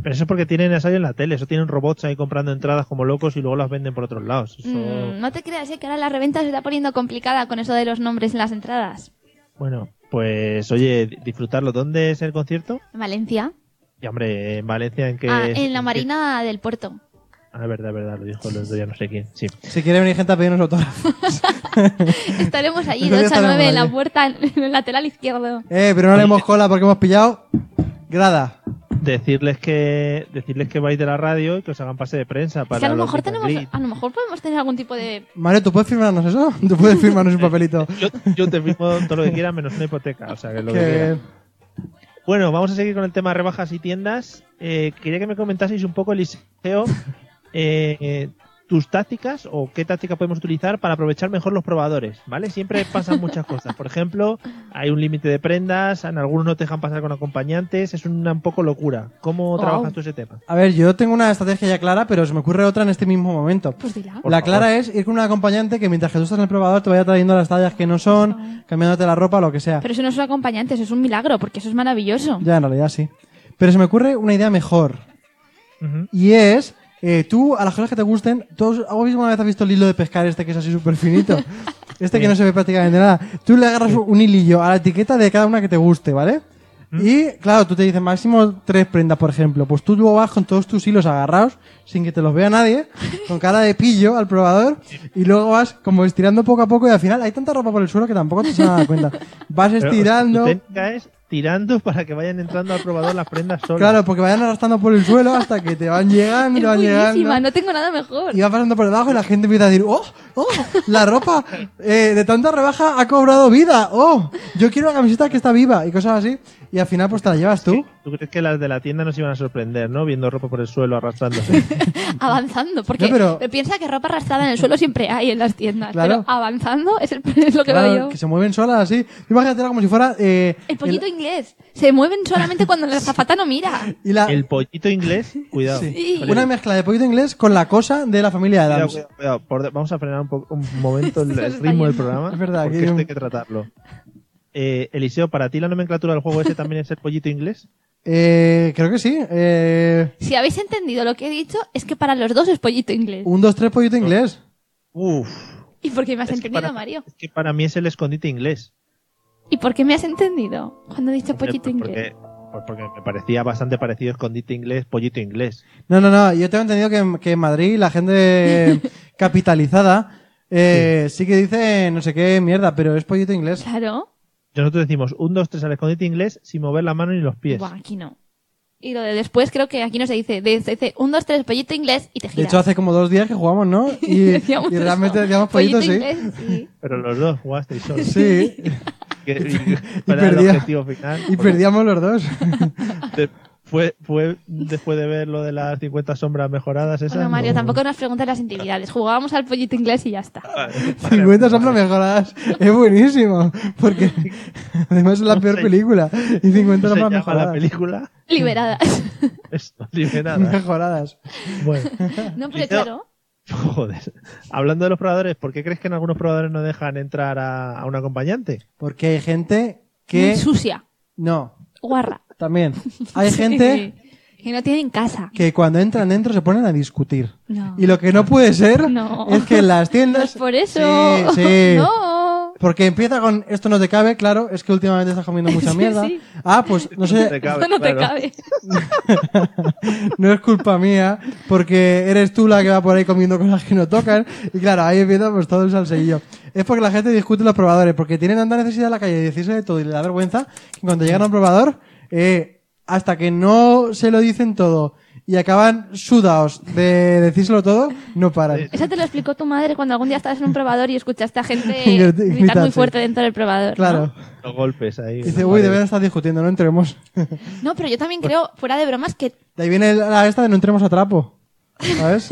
Speaker 2: Pero eso es porque tienen eso ahí en la tele, eso tienen robots ahí comprando entradas como locos y luego las venden por otros lados. Eso-
Speaker 5: Mm, no te creas eh, que ahora la reventa se está poniendo complicada con eso de los nombres en las entradas.
Speaker 2: Bueno, pues oye, di- disfrutarlo. ¿Dónde es el concierto?
Speaker 5: En Valencia.
Speaker 2: Y hombre, en Valencia, ¿en qué?
Speaker 5: Ah, en la
Speaker 2: qué-
Speaker 5: Marina del Puerto.
Speaker 2: Ah, verdad, verdad, lo dijo el otro día no sé quién. Sí.
Speaker 4: Si quiere venir gente a pedirnos autógrafos.
Speaker 5: Estaremos allí
Speaker 4: Ese
Speaker 5: de 8 a
Speaker 4: día estaremos
Speaker 5: 9 en la
Speaker 4: allí.
Speaker 5: puerta, en el lateral izquierdo.
Speaker 4: Eh, pero no haremos cola porque hemos pillado. Grada.
Speaker 2: Decirles que decirles que vais de la radio y que os hagan pase de prensa para
Speaker 5: Es que a lo
Speaker 2: los
Speaker 5: mejor
Speaker 2: meet and
Speaker 5: tenemos,
Speaker 2: greet.
Speaker 5: a lo mejor podemos tener algún tipo de
Speaker 4: Mario, ¿tú puedes firmarnos eso? ¿Tú puedes firmarnos un papelito?
Speaker 2: yo, yo te firmo todo lo que quieras menos una hipoteca, o sea, que lo que
Speaker 4: Qué
Speaker 2: quieras.
Speaker 4: bien.
Speaker 2: Bueno, vamos a seguir con el tema de rebajas y tiendas. Eh, quería que me comentaseis un poco, Eliseo, eh, eh, tus tácticas o qué táctica podemos utilizar para aprovechar mejor los probadores, ¿vale? Siempre pasan muchas cosas. Por ejemplo, hay un límite de prendas, en algunos no te dejan pasar con acompañantes, es una un poco locura. ¿Cómo
Speaker 4: Oh.
Speaker 5: Wow.
Speaker 2: trabajas tú ese tema?
Speaker 4: A ver, yo tengo una estrategia ya clara, pero se me ocurre otra en este mismo momento.
Speaker 5: Pues dila.
Speaker 2: Por
Speaker 4: la
Speaker 2: favor.
Speaker 4: clara es ir con un acompañante que mientras que tú estás en el probador te vaya trayendo las tallas que no son, cambiándote la ropa, lo que sea.
Speaker 5: Pero eso no es un acompañante, eso es un milagro, porque eso es maravilloso.
Speaker 4: Ya, en realidad sí. Pero se me ocurre una idea mejor.
Speaker 2: Ujú.
Speaker 4: Y es, eh, tú, a las cosas que te gusten, ¿todos, ¿alguna vez has visto el hilo de pescar este que es así súper finito? Este que no se ve prácticamente nada. Tú le agarras un hilillo a la etiqueta de cada una que te guste, ¿vale? Y, claro, tú te dices máximo tres prendas, por ejemplo. Pues tú luego vas con todos tus hilos agarrados, sin que te los vea nadie, con cara de pillo al probador, y luego vas como estirando poco a poco y al final hay tanta ropa por el suelo que tampoco te se van a dar cuenta. Vas
Speaker 2: Pero, o sea,
Speaker 4: estirando.
Speaker 2: Tu técnica es tirando para que vayan entrando al probador las prendas solas.
Speaker 4: Claro, porque vayan arrastrando por el suelo hasta que te van llegando,
Speaker 5: es
Speaker 4: van
Speaker 5: buenísima,
Speaker 4: llegando.
Speaker 5: no tengo nada mejor.
Speaker 4: Y va pasando por debajo y la gente empieza a decir, oh, oh, la ropa eh, de tanta rebaja ha cobrado vida, oh, yo quiero la camiseta que está viva y cosas así. Y al final pues te la llevas tú.
Speaker 2: ¿Tú crees que las de la tienda nos iban a sorprender, no? Viendo ropa por el suelo arrastrándose.
Speaker 5: Avanzando, porque
Speaker 4: No, pero-
Speaker 5: piensa que ropa arrastrada en el suelo siempre hay en las tiendas.
Speaker 4: Claro.
Speaker 5: Pero avanzando es, el- es lo que
Speaker 4: Claro,
Speaker 5: veo yo.
Speaker 4: que se mueven solas así. Imagínatela como si fuera... eh,
Speaker 5: El pollito inglés. Se mueven solamente cuando la zafata no mira.
Speaker 4: y la,
Speaker 2: El pollito inglés, cuidado.
Speaker 4: sí,
Speaker 5: Sí.
Speaker 4: Una mezcla de pollito inglés con la cosa de la familia
Speaker 2: Cuidado,
Speaker 4: Adams.
Speaker 2: cuidado, cuidado. Por de- vamos a frenar un, po- un momento el,
Speaker 5: Esto se
Speaker 2: el
Speaker 5: está
Speaker 2: ritmo del
Speaker 5: yendo.
Speaker 2: programa.
Speaker 4: Es verdad,
Speaker 2: Porque
Speaker 4: que-
Speaker 2: esto hay que tratarlo. Eh, Eliseo, ¿para ti la nomenclatura del juego ese también es el pollito inglés?
Speaker 4: Eh, creo que sí. Eh,
Speaker 5: Si habéis entendido lo que he dicho, es que para los dos es pollito inglés.
Speaker 4: un, dos, tres, pollito inglés.
Speaker 2: Uf.
Speaker 5: ¿Y por qué me has
Speaker 2: Es que,
Speaker 5: entendido,
Speaker 2: para,
Speaker 5: Mario?
Speaker 2: es que para mí es el escondite inglés.
Speaker 5: ¿Y por qué me has entendido cuando he dicho pollito
Speaker 2: Porque-
Speaker 5: inglés?
Speaker 2: Pues porque me parecía bastante parecido escondite inglés, pollito inglés.
Speaker 4: No, no, no. Yo tengo entendido que, en- que en Madrid la gente capitalizada eh, sí. que dice no sé qué mierda, pero es pollito inglés.
Speaker 5: Claro.
Speaker 2: Nosotros decimos un, dos, tres al escondite inglés sin mover la mano ni los pies.
Speaker 5: Buah, aquí no. Y lo de después creo que aquí no se dice. de- Se dice un, dos, tres, pollito inglés y te
Speaker 4: De
Speaker 5: giras.
Speaker 4: hecho, hace como dos días que jugamos, ¿no? Y,
Speaker 5: Decíamos
Speaker 4: y
Speaker 5: eso.
Speaker 4: realmente decíamos pollito, sí.
Speaker 5: inglés, sí.
Speaker 2: Pero los dos jugasteis solos.
Speaker 4: Sí,
Speaker 2: Que- y- ¿cuál
Speaker 4: y
Speaker 2: era el
Speaker 4: perdía-
Speaker 2: objetivo final?
Speaker 4: y
Speaker 2: Porque-
Speaker 4: perdíamos los dos.
Speaker 2: De- fue, fue después de ver lo de las 50 sombras mejoradas esas.
Speaker 5: Bueno, Mario,
Speaker 2: no.
Speaker 5: tampoco nos preguntas las intimidades. Jugábamos al pollito inglés y ya está.
Speaker 2: Vale,
Speaker 4: 50 sombras mejoradas. Es buenísimo. Porque además es la
Speaker 2: No
Speaker 4: peor
Speaker 2: sé.
Speaker 4: película.
Speaker 2: ¿Cómo
Speaker 4: Y 50
Speaker 2: se
Speaker 4: sombras
Speaker 2: llama la
Speaker 4: mejoradas.
Speaker 2: película?
Speaker 5: Liberadas.
Speaker 2: Eso, liberada.
Speaker 4: Mejoradas.
Speaker 2: Bueno,
Speaker 5: No, pero
Speaker 2: Y no-
Speaker 5: claro.
Speaker 2: joder. Hablando de los probadores, ¿por qué crees que en algunos probadores no dejan entrar a, a un acompañante?
Speaker 4: Porque hay gente
Speaker 5: Muy
Speaker 4: que...
Speaker 5: sucia.
Speaker 4: No,
Speaker 5: Guarra.
Speaker 4: también. Hay gente
Speaker 5: Sí. Que no tienen casa.
Speaker 4: que cuando entran dentro se ponen a discutir.
Speaker 5: No.
Speaker 4: Y lo que no puede ser
Speaker 5: No.
Speaker 4: es que en las tiendas...
Speaker 5: No es Pues por eso.
Speaker 4: Sí, sí.
Speaker 5: No.
Speaker 4: Porque empieza con esto no te cabe, claro, es que últimamente estás comiendo mucha
Speaker 5: Sí,
Speaker 4: mierda.
Speaker 5: sí.
Speaker 4: Ah, pues no
Speaker 2: Te
Speaker 4: sé,
Speaker 2: cabe,
Speaker 5: Esto no te
Speaker 2: claro.
Speaker 5: cabe.
Speaker 4: no es culpa mía, porque eres tú la que va por ahí comiendo cosas que no tocan. Y claro, ahí empieza pues todo el salseillo. Es porque la gente discute en los probadores, porque tienen tanta necesidad en la calle de decirse de todo y le da vergüenza que cuando llegan a un probador, eh, hasta que no se lo dicen todo y acaban sudados de decírselo todo, no paran.
Speaker 5: Eso te lo explicó tu madre cuando algún día estabas en un probador y escuchaste a
Speaker 4: Y
Speaker 5: gente
Speaker 4: grit-
Speaker 5: gritar
Speaker 4: gritar,
Speaker 5: muy
Speaker 4: sí.
Speaker 5: fuerte dentro del probador. ¿no?
Speaker 4: Claro.
Speaker 2: Los golpes ahí.
Speaker 4: Dice,
Speaker 2: ¿no?
Speaker 4: uy, de
Speaker 2: Vale.
Speaker 4: veras estás discutiendo, no entremos. Pues
Speaker 5: No, pero yo también creo, fuera de bromas, que
Speaker 4: De ahí viene la esta de no entremos a trapo. ¿Sabes?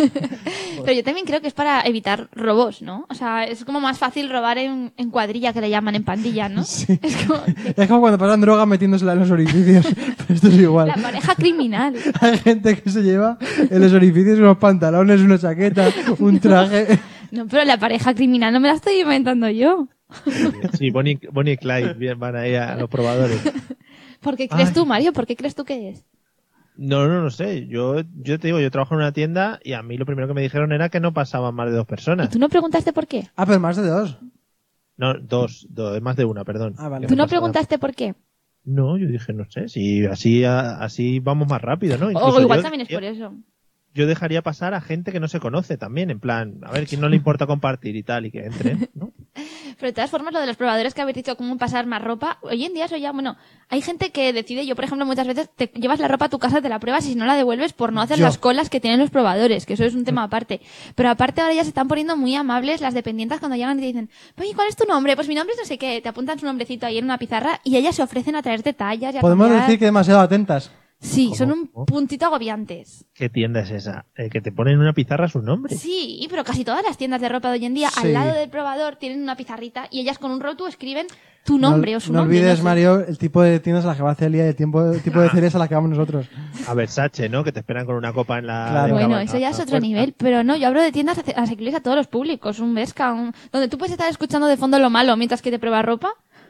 Speaker 5: Pero yo también creo que es para evitar robos, ¿no? O sea, es como más fácil robar en, en cuadrilla que le llaman en pandilla, ¿no?
Speaker 4: Sí.
Speaker 5: Es como
Speaker 4: Es como cuando pasan droga metiéndosela en los orificios. Pero esto es igual.
Speaker 5: la pareja criminal.
Speaker 4: Hay gente que se lleva en los orificios unos pantalones, una chaqueta, un traje.
Speaker 5: No, pero la pareja criminal no me la estoy inventando yo.
Speaker 2: Sí, Bonnie, Bonnie y Clyde bien, van ahí a los probadores.
Speaker 5: ¿Por qué crees
Speaker 2: Ay.
Speaker 5: tú, Mario? ¿Por qué crees tú que es?
Speaker 2: No, no, no sé. Yo, yo te digo, yo trabajo en una tienda y a mí lo primero que me dijeron era que no pasaban más de dos
Speaker 5: ¿Y
Speaker 2: personas.
Speaker 5: tú no preguntaste por qué?
Speaker 4: Ah, pero más de dos.
Speaker 2: No, dos, dos, más de una, perdón.
Speaker 4: Ah, vale.
Speaker 2: Que
Speaker 5: ¿Tú no
Speaker 2: pasaba.
Speaker 5: preguntaste por qué?
Speaker 2: No, yo dije, no sé, si así, a- así vamos más rápido, ¿no?
Speaker 5: O
Speaker 2: Pues Incluso
Speaker 5: Oh, igual
Speaker 2: yo-
Speaker 5: también es
Speaker 2: yo-
Speaker 5: por eso.
Speaker 2: yo dejaría pasar a gente que no se conoce también, en plan, a ver, quién no le importa compartir y tal, y que entre, ¿no?
Speaker 5: Pero de todas formas, lo de los probadores que habéis dicho, cómo pasar más ropa, hoy en día eso ya, bueno, hay gente que decide, yo por ejemplo muchas veces te llevas la ropa a tu casa, te la pruebas y si no la devuelves por no hacer
Speaker 4: Yo.
Speaker 5: las colas que tienen los probadores, que eso es un tema aparte. Pero aparte ahora ya se están poniendo muy amables las dependientas cuando llegan y te dicen, oye, ¿cuál es tu nombre? Pues mi nombre es no sé qué, te apuntan su nombrecito ahí en una pizarra y ellas se ofrecen a traerte tallas y a
Speaker 4: Podemos
Speaker 5: cambiar.
Speaker 4: decir que demasiado atentas.
Speaker 5: Sí, son
Speaker 2: ¿Cómo?
Speaker 5: un
Speaker 2: ¿Cómo?
Speaker 5: puntito agobiantes.
Speaker 2: ¿Qué tienda es esa? Eh, que te ponen en una pizarra su nombre.
Speaker 5: Sí, pero casi todas las tiendas de ropa de hoy en día,
Speaker 4: Sí.
Speaker 5: al lado del probador, tienen una pizarrita y ellas con un roto escriben tu nombre
Speaker 4: no,
Speaker 5: o su
Speaker 4: no
Speaker 5: nombre.
Speaker 4: olvides,
Speaker 5: sé. Ah.
Speaker 4: Mario, el tipo de tiendas a la que va Celia y el, tiempo- el tipo de cereales a la que vamos nosotros.
Speaker 2: A Versace, ¿no? Que te esperan con una copa en la...
Speaker 4: Claro.
Speaker 2: de
Speaker 5: Bueno,
Speaker 2: cava-
Speaker 5: eso
Speaker 2: a-
Speaker 5: ya es
Speaker 2: a-
Speaker 5: otro nivel, pero no, yo hablo de tiendas ac- accesibles a todos los públicos, un Vesca, un- donde tú puedes estar escuchando de fondo lo malo mientras que te pruebas ropa,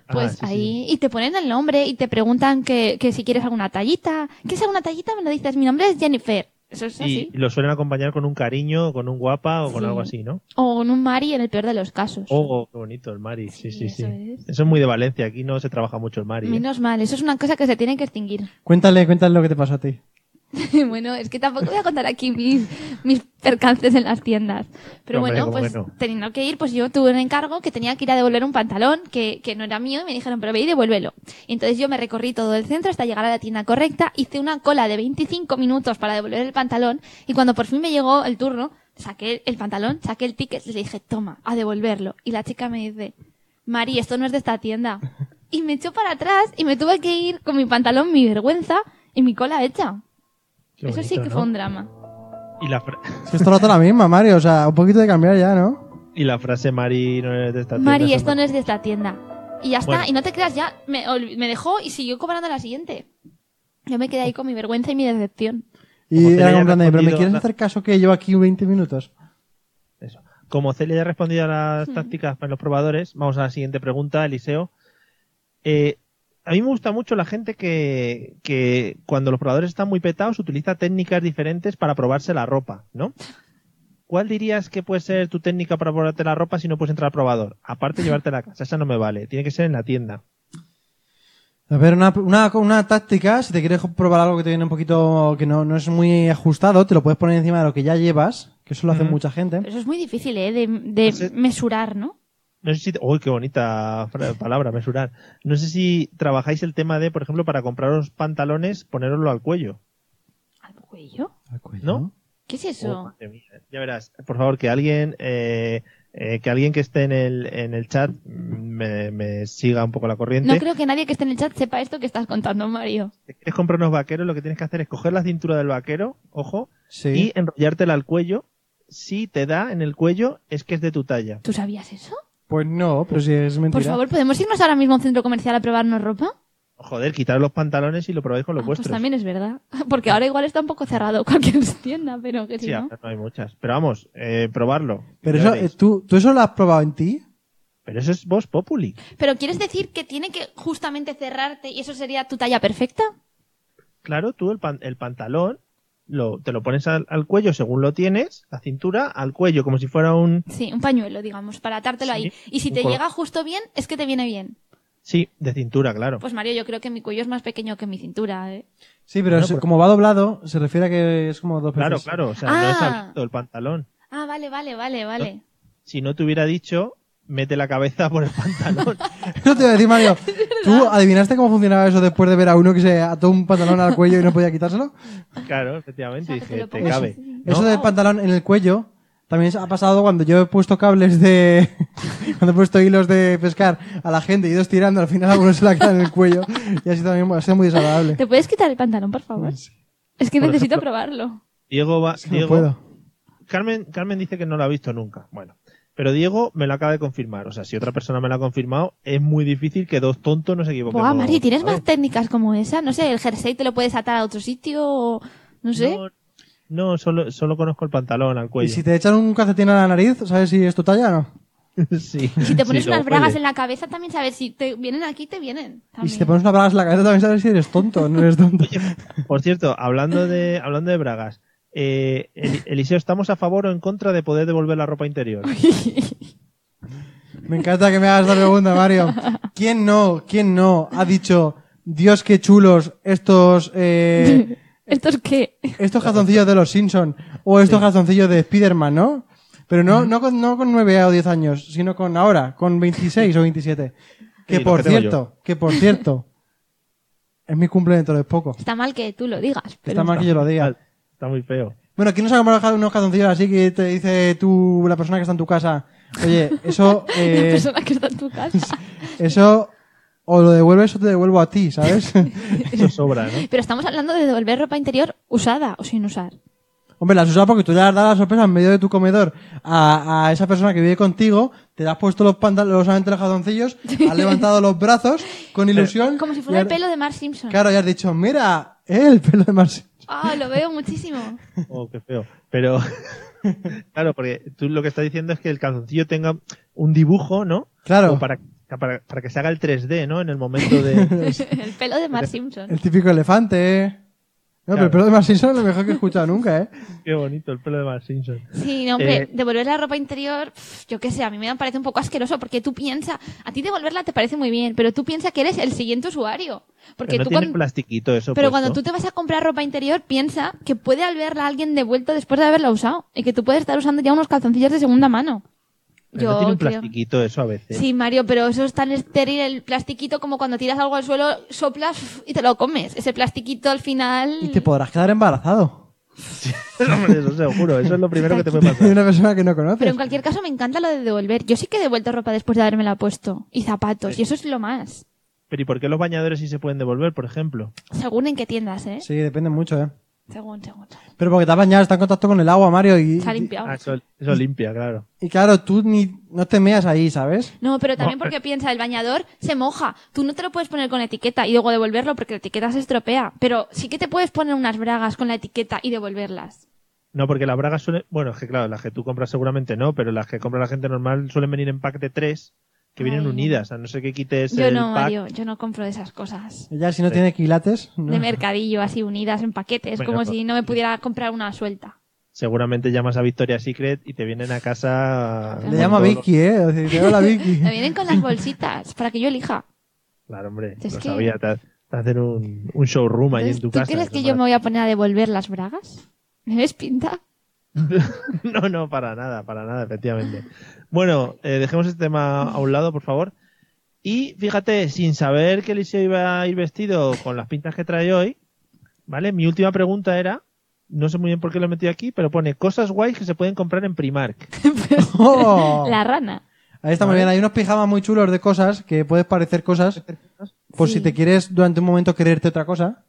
Speaker 2: Ah,
Speaker 5: pues
Speaker 2: sí, sí.
Speaker 5: ahí, y te ponen el nombre y te preguntan que, que si quieres alguna tallita, ¿quieres alguna tallita? Me lo dices, mi nombre es Jennifer, eso es así,
Speaker 2: Y lo suelen acompañar con un cariño, con un guapa o con
Speaker 5: Sí.
Speaker 2: algo así, ¿no?
Speaker 5: o en un Mari en el peor de los casos.
Speaker 2: Oh, qué bonito el Mari. Sí, sí,
Speaker 5: Sí,
Speaker 2: sí.
Speaker 5: eso
Speaker 2: Eso es.
Speaker 5: es.
Speaker 2: muy de Valencia. Aquí no se trabaja mucho el Mari. ¿eh?
Speaker 5: Menos mal, eso es una cosa que se tiene que extinguir.
Speaker 4: Cuéntale, cuéntale lo que te pasó a ti.
Speaker 5: bueno, es que tampoco voy a contar aquí mis, mis percances en las tiendas. Pero
Speaker 2: Hombre,
Speaker 5: bueno,
Speaker 2: ¿cómo
Speaker 5: pues
Speaker 2: que no?
Speaker 5: teniendo que ir, pues yo tuve un encargo que tenía que ir a devolver un pantalón que, que no era mío y me dijeron, pero ve y devuélvelo. Y entonces yo me recorrí todo el centro hasta llegar a la tienda correcta, hice una cola de 25 minutos para devolver el pantalón y cuando por fin me llegó el turno, saqué el pantalón, saqué el ticket, le dije, toma, a devolverlo. Y la chica me dice, Mari, esto no es de esta tienda. Y me echó para atrás y me tuve que ir con mi pantalón, mi vergüenza y mi cola hecha.
Speaker 2: Qué
Speaker 5: Eso sí
Speaker 2: bonito,
Speaker 5: que
Speaker 2: ¿no?
Speaker 5: fue un drama.
Speaker 2: Y la, fra-
Speaker 4: Es que es todo el rato la misma, Mario. O sea, un poquito de cambiar ya, ¿no?
Speaker 2: y la frase Mari no es de esta tienda.
Speaker 5: Mari,
Speaker 2: eso
Speaker 5: esto no es de esta tienda. Y ya está,
Speaker 2: Bueno.
Speaker 5: y no te creas, ya me, ol- me dejó y siguió cobrando la siguiente. Yo me quedé ahí con mi vergüenza y mi decepción.
Speaker 4: Y
Speaker 2: Como Celia
Speaker 4: era
Speaker 2: ya
Speaker 4: como
Speaker 2: ha
Speaker 4: en plan de, pero ¿me
Speaker 2: respondido,
Speaker 4: quieres
Speaker 2: la-
Speaker 4: hacer caso que llevo aquí 20 minutos?
Speaker 2: Eso. Como Celia ya ha respondido a las tácticas para los probadores, vamos a la siguiente pregunta, Eliseo. Eh, a mí me gusta mucho la gente que, que cuando los probadores están muy petados utiliza técnicas diferentes para probarse la ropa, ¿no? ¿Cuál dirías que puede ser tu técnica para probarte la ropa si no puedes entrar al probador? Aparte de llevártela a casa, esa no me vale, tiene que ser en la tienda.
Speaker 4: A ver, una, una, una táctica, si te quieres probar algo que te viene un poquito, que no, no es muy ajustado, te lo puedes poner encima de lo que ya llevas, que eso lo hace mucha
Speaker 5: Pero
Speaker 4: gente.
Speaker 5: eso es muy difícil, ¿eh? De, de
Speaker 2: Pues es-
Speaker 5: mesurar, ¿no?
Speaker 2: No sé si... ¡Uy, qué bonita fra- palabra, mesurar! No sé si trabajáis el tema de, por ejemplo, para compraros pantalones, poneroslo al cuello.
Speaker 5: Al cuello.
Speaker 2: ¿No?
Speaker 5: ¿Qué es
Speaker 2: Oh,
Speaker 5: eso?
Speaker 2: madre mía. Ya verás, por favor, que alguien, eh, eh, que alguien que esté en el, en el chat mm, me, me siga un poco la corriente.
Speaker 5: No creo que nadie que esté en el chat sepa esto que estás contando, Mario.
Speaker 2: Si quieres comprar unos vaqueros, lo que tienes que hacer es coger la cintura del vaquero, ojo,
Speaker 4: Sí.
Speaker 2: y enrollártela al cuello. Si te da en el cuello, es que es de tu talla.
Speaker 5: ¿Tú sabías eso?
Speaker 4: Pues no, pero si es mentira.
Speaker 5: Por favor, ¿podemos irnos ahora mismo a un centro comercial a probarnos ropa?
Speaker 2: Joder, quitaros los pantalones y lo probáis con los
Speaker 5: Ah, pues
Speaker 2: vuestros.
Speaker 5: también es verdad. Porque ahora igual está un poco cerrado cualquier tienda, pero que si
Speaker 2: Sí,
Speaker 5: no.
Speaker 2: ahora no hay muchas. Pero vamos, eh, probarlo.
Speaker 4: Pero
Speaker 2: Ya
Speaker 4: eso,
Speaker 2: veréis.
Speaker 4: eh, ¿tú, ¿tú eso lo has probado en ti?
Speaker 2: Pero eso es Vox Populi.
Speaker 5: Pero ¿quieres decir que tiene que justamente cerrarte y eso sería tu talla perfecta?
Speaker 2: Claro, tú el, pan- el pantalón lo, te lo pones al, al cuello según lo tienes, la cintura al cuello, como si fuera un...
Speaker 5: Sí, un pañuelo, digamos, para atártelo
Speaker 2: Sí,
Speaker 5: ahí. Y si
Speaker 2: un
Speaker 5: te
Speaker 2: colo-
Speaker 5: llega justo bien, es que te viene bien.
Speaker 2: Sí, de cintura, claro.
Speaker 5: Pues Mario, yo creo que mi cuello es más pequeño que mi cintura, ¿eh?
Speaker 4: Sí, pero
Speaker 2: Bueno,
Speaker 4: se-
Speaker 2: pues-
Speaker 4: como va doblado, se refiere a que es como dos veces.
Speaker 2: claro, claro, o sea, no
Speaker 5: Ah.
Speaker 2: es abierto el pantalón.
Speaker 5: Ah, vale, vale, vale, vale.
Speaker 2: Si no te hubiera dicho, mete la cabeza por el pantalón.
Speaker 4: No te iba a decir, Mario. ¿Tú adivinaste cómo funcionaba eso después de ver a uno que se ató un pantalón al cuello y no podía quitárselo?
Speaker 2: claro, efectivamente,
Speaker 5: O sea, que te
Speaker 2: dije,
Speaker 5: lo
Speaker 2: te
Speaker 5: pongas
Speaker 2: cabe.
Speaker 5: así.
Speaker 2: ¿no?
Speaker 4: Eso del pantalón en el cuello también se ha pasado cuando yo he puesto cables de. cuando he puesto hilos de pescar a la gente y dos tirando, al final algunos se la queda en el cuello. Y así también ha sido muy desagradable.
Speaker 5: ¿Te puedes quitar el pantalón, por favor? Es que
Speaker 2: Por
Speaker 5: necesito
Speaker 2: ejemplo-
Speaker 5: probarlo.
Speaker 2: Diego va,
Speaker 4: No
Speaker 2: Diego,
Speaker 4: puedo.
Speaker 2: Carmen, Carmen dice que no lo ha visto nunca. Bueno, pero Diego me lo acaba de confirmar. O sea, si otra persona me lo ha confirmado, es muy difícil que dos tontos nos equivoquemos.
Speaker 5: Buah, Mari, ¿tienes
Speaker 2: ¿sabes?
Speaker 5: más técnicas como esa? No sé, el jersey te lo puedes atar a otro sitio o... No sé.
Speaker 2: No, no, solo, solo conozco el pantalón al
Speaker 4: Y
Speaker 2: cuello.
Speaker 4: si te echan un calcetín a la nariz, ¿sabes si es tu talla o no?
Speaker 2: Sí.
Speaker 5: Y si te pones
Speaker 2: Sí,
Speaker 5: unas
Speaker 2: lo-
Speaker 5: bragas
Speaker 2: oye,
Speaker 5: en la cabeza también sabes si te vienen aquí, te vienen.
Speaker 4: Y si te
Speaker 5: también.
Speaker 4: pones una braga en la cabeza también sabes si eres tonto o no eres tonto.
Speaker 2: Por cierto, hablando de, hablando de bragas, eh, El- Eliseo, ¿estamos a favor o en contra de poder devolver la ropa interior?
Speaker 4: Me encanta que me hagas esta pregunta, Mario. ¿Quién no, quién no ha dicho, Dios qué chulos estos, eh,
Speaker 5: ¿Esto es qué?
Speaker 4: estos calzoncillos de los Simpson o estos calzoncillos de Spiderman, ¿no? Pero no, no, con, no con 9 o 10 años, sino con ahora, con 26 o 27. Que
Speaker 2: Sí, los
Speaker 4: por
Speaker 2: que tengo
Speaker 4: cierto, que por cierto, es mi cumple dentro de poco.
Speaker 5: Está mal que tú lo digas. Pero...
Speaker 4: Está mal que yo lo diga.
Speaker 2: Está muy feo.
Speaker 4: Bueno, ¿quién nos ha comprado unos calzoncillos así que te dice tú, la persona que está en tu casa? Oye, eso,
Speaker 5: La
Speaker 4: eh,
Speaker 5: persona que está en tu casa.
Speaker 4: eso, o lo devuelves o te devuelvo a ti, ¿sabes?
Speaker 2: Eso sobra, ¿no?
Speaker 5: Pero estamos hablando de devolver ropa interior usada o sin usar.
Speaker 4: Hombre, las usas porque tú le has dado la sorpresa en medio de tu comedor a, a esa persona que vive contigo, te le has puesto los pantalones, solamente los calzoncillos, has levantado los brazos con ilusión.
Speaker 5: Como si
Speaker 4: y
Speaker 5: fuera el
Speaker 4: ahora-
Speaker 5: pelo de Mark Simpson.
Speaker 4: Claro, ya has dicho, mira, eh, el pelo de Marcelo.
Speaker 5: Ah, lo veo muchísimo.
Speaker 2: Oh, qué feo. Pero, claro, porque tú lo que estás diciendo es que el calzoncillo tenga un dibujo, ¿no?
Speaker 4: Claro.
Speaker 2: Como Para, para, para que se haga el 3D, ¿no? En el momento de...
Speaker 5: El pelo de Mark
Speaker 2: Eh,
Speaker 5: Simpson.
Speaker 4: El típico elefante, eh. No, pero el
Speaker 2: Claro.
Speaker 4: pelo de Marcelo es lo mejor que he escuchado nunca, eh.
Speaker 2: qué bonito el pelo de Mark Simpson.
Speaker 5: Sí, no, hombre,
Speaker 2: Eh,
Speaker 5: devolver la ropa interior, pf, yo qué sé, a mí me parece un poco asqueroso porque tú piensas, a ti devolverla te parece muy bien, pero tú piensas que eres el siguiente usuario. Porque
Speaker 2: Pero no
Speaker 5: tú
Speaker 2: tiene
Speaker 5: cuan-
Speaker 2: plastiquito eso puesto.
Speaker 5: Pero cuando tú te vas a comprar ropa interior, piensa que puede al verla alguien devuelto después de haberla usado y que tú puedes estar usando ya unos calzoncillos de segunda mano.
Speaker 2: Pero no tiene un
Speaker 5: creo-
Speaker 2: plastiquito eso a veces.
Speaker 5: Sí, Mario, pero eso es tan estéril el plastiquito como cuando tiras algo al suelo, soplas uf, y te lo comes. Ese plastiquito al final.
Speaker 4: Y te podrás quedar embarazado.
Speaker 2: Hombre, eso seguro. Eso es lo primero que te puede
Speaker 4: De
Speaker 2: pasar.
Speaker 4: una persona que no conoces.
Speaker 5: Pero en cualquier caso me encanta lo de devolver. Yo sí que he devuelto ropa después de habérmela puesto. Y zapatos. Y eso es lo más.
Speaker 2: Pero ¿y por qué los bañadores sí se pueden devolver, por ejemplo?
Speaker 5: Según en qué tiendas, ¿eh?
Speaker 4: Sí, depende mucho, eh.
Speaker 5: Según, según.
Speaker 4: Pero porque te has bañado, está en contacto con el agua, Mario, y,
Speaker 5: Se ha limpiado.
Speaker 2: Ah, eso, eso limpia, claro.
Speaker 4: y claro, tú ni, no te meas ahí, ¿sabes?
Speaker 5: No, pero también porque piensa, el bañador se moja. Tú no te lo puedes poner con etiqueta y luego devolverlo porque la etiqueta se estropea. Pero sí que te puedes poner unas bragas con la etiqueta y devolverlas.
Speaker 2: No, porque las bragas suelen... Bueno, es que claro, las que tú compras seguramente no, pero las que compra la gente normal suelen venir en pack de tres que vienen
Speaker 5: Ay.
Speaker 2: unidas, a no ser que quites
Speaker 5: Yo
Speaker 2: el
Speaker 5: no,
Speaker 2: pack.
Speaker 5: Mario, yo no compro esas cosas.
Speaker 4: Ella si no tiene quilates, no.
Speaker 5: De mercadillo, así unidas en paquetes,
Speaker 2: Bueno,
Speaker 5: como
Speaker 2: pues-
Speaker 5: si no me pudiera comprar una suelta.
Speaker 2: Seguramente llamas a Victoria Secret y te vienen a casa...
Speaker 4: le llama
Speaker 2: con todo-
Speaker 4: Vicky, ¿eh? O sea, dice, hola Vicky.
Speaker 5: Me vienen con las bolsitas para que yo elija.
Speaker 2: Claro, hombre,
Speaker 5: Es
Speaker 2: lo
Speaker 5: que-
Speaker 2: sabía. Te, te hacen un, un showroom ahí en
Speaker 5: Entonces,
Speaker 2: tu
Speaker 5: ¿Tú
Speaker 2: casa.
Speaker 5: crees que
Speaker 2: eso
Speaker 5: yo me
Speaker 2: para-
Speaker 5: voy a poner a devolver las bragas? ¿Me ves pinta?
Speaker 2: No, no, para nada, para nada, efectivamente. Bueno, eh, dejemos este tema a un lado, por favor. Y fíjate, sin saber que Eliseo iba a ir vestido con las pintas que trae hoy, ¿vale? Mi última pregunta era, no sé muy bien por qué lo he metido aquí, pero pone cosas guays que se pueden comprar en Primark.
Speaker 4: Oh.
Speaker 5: La rana.
Speaker 4: Ahí está muy bien, hay unos pijamas muy chulos de cosas que puedes parecer cosas. Por si
Speaker 5: Sí.
Speaker 4: te quieres durante un momento quererte otra cosa.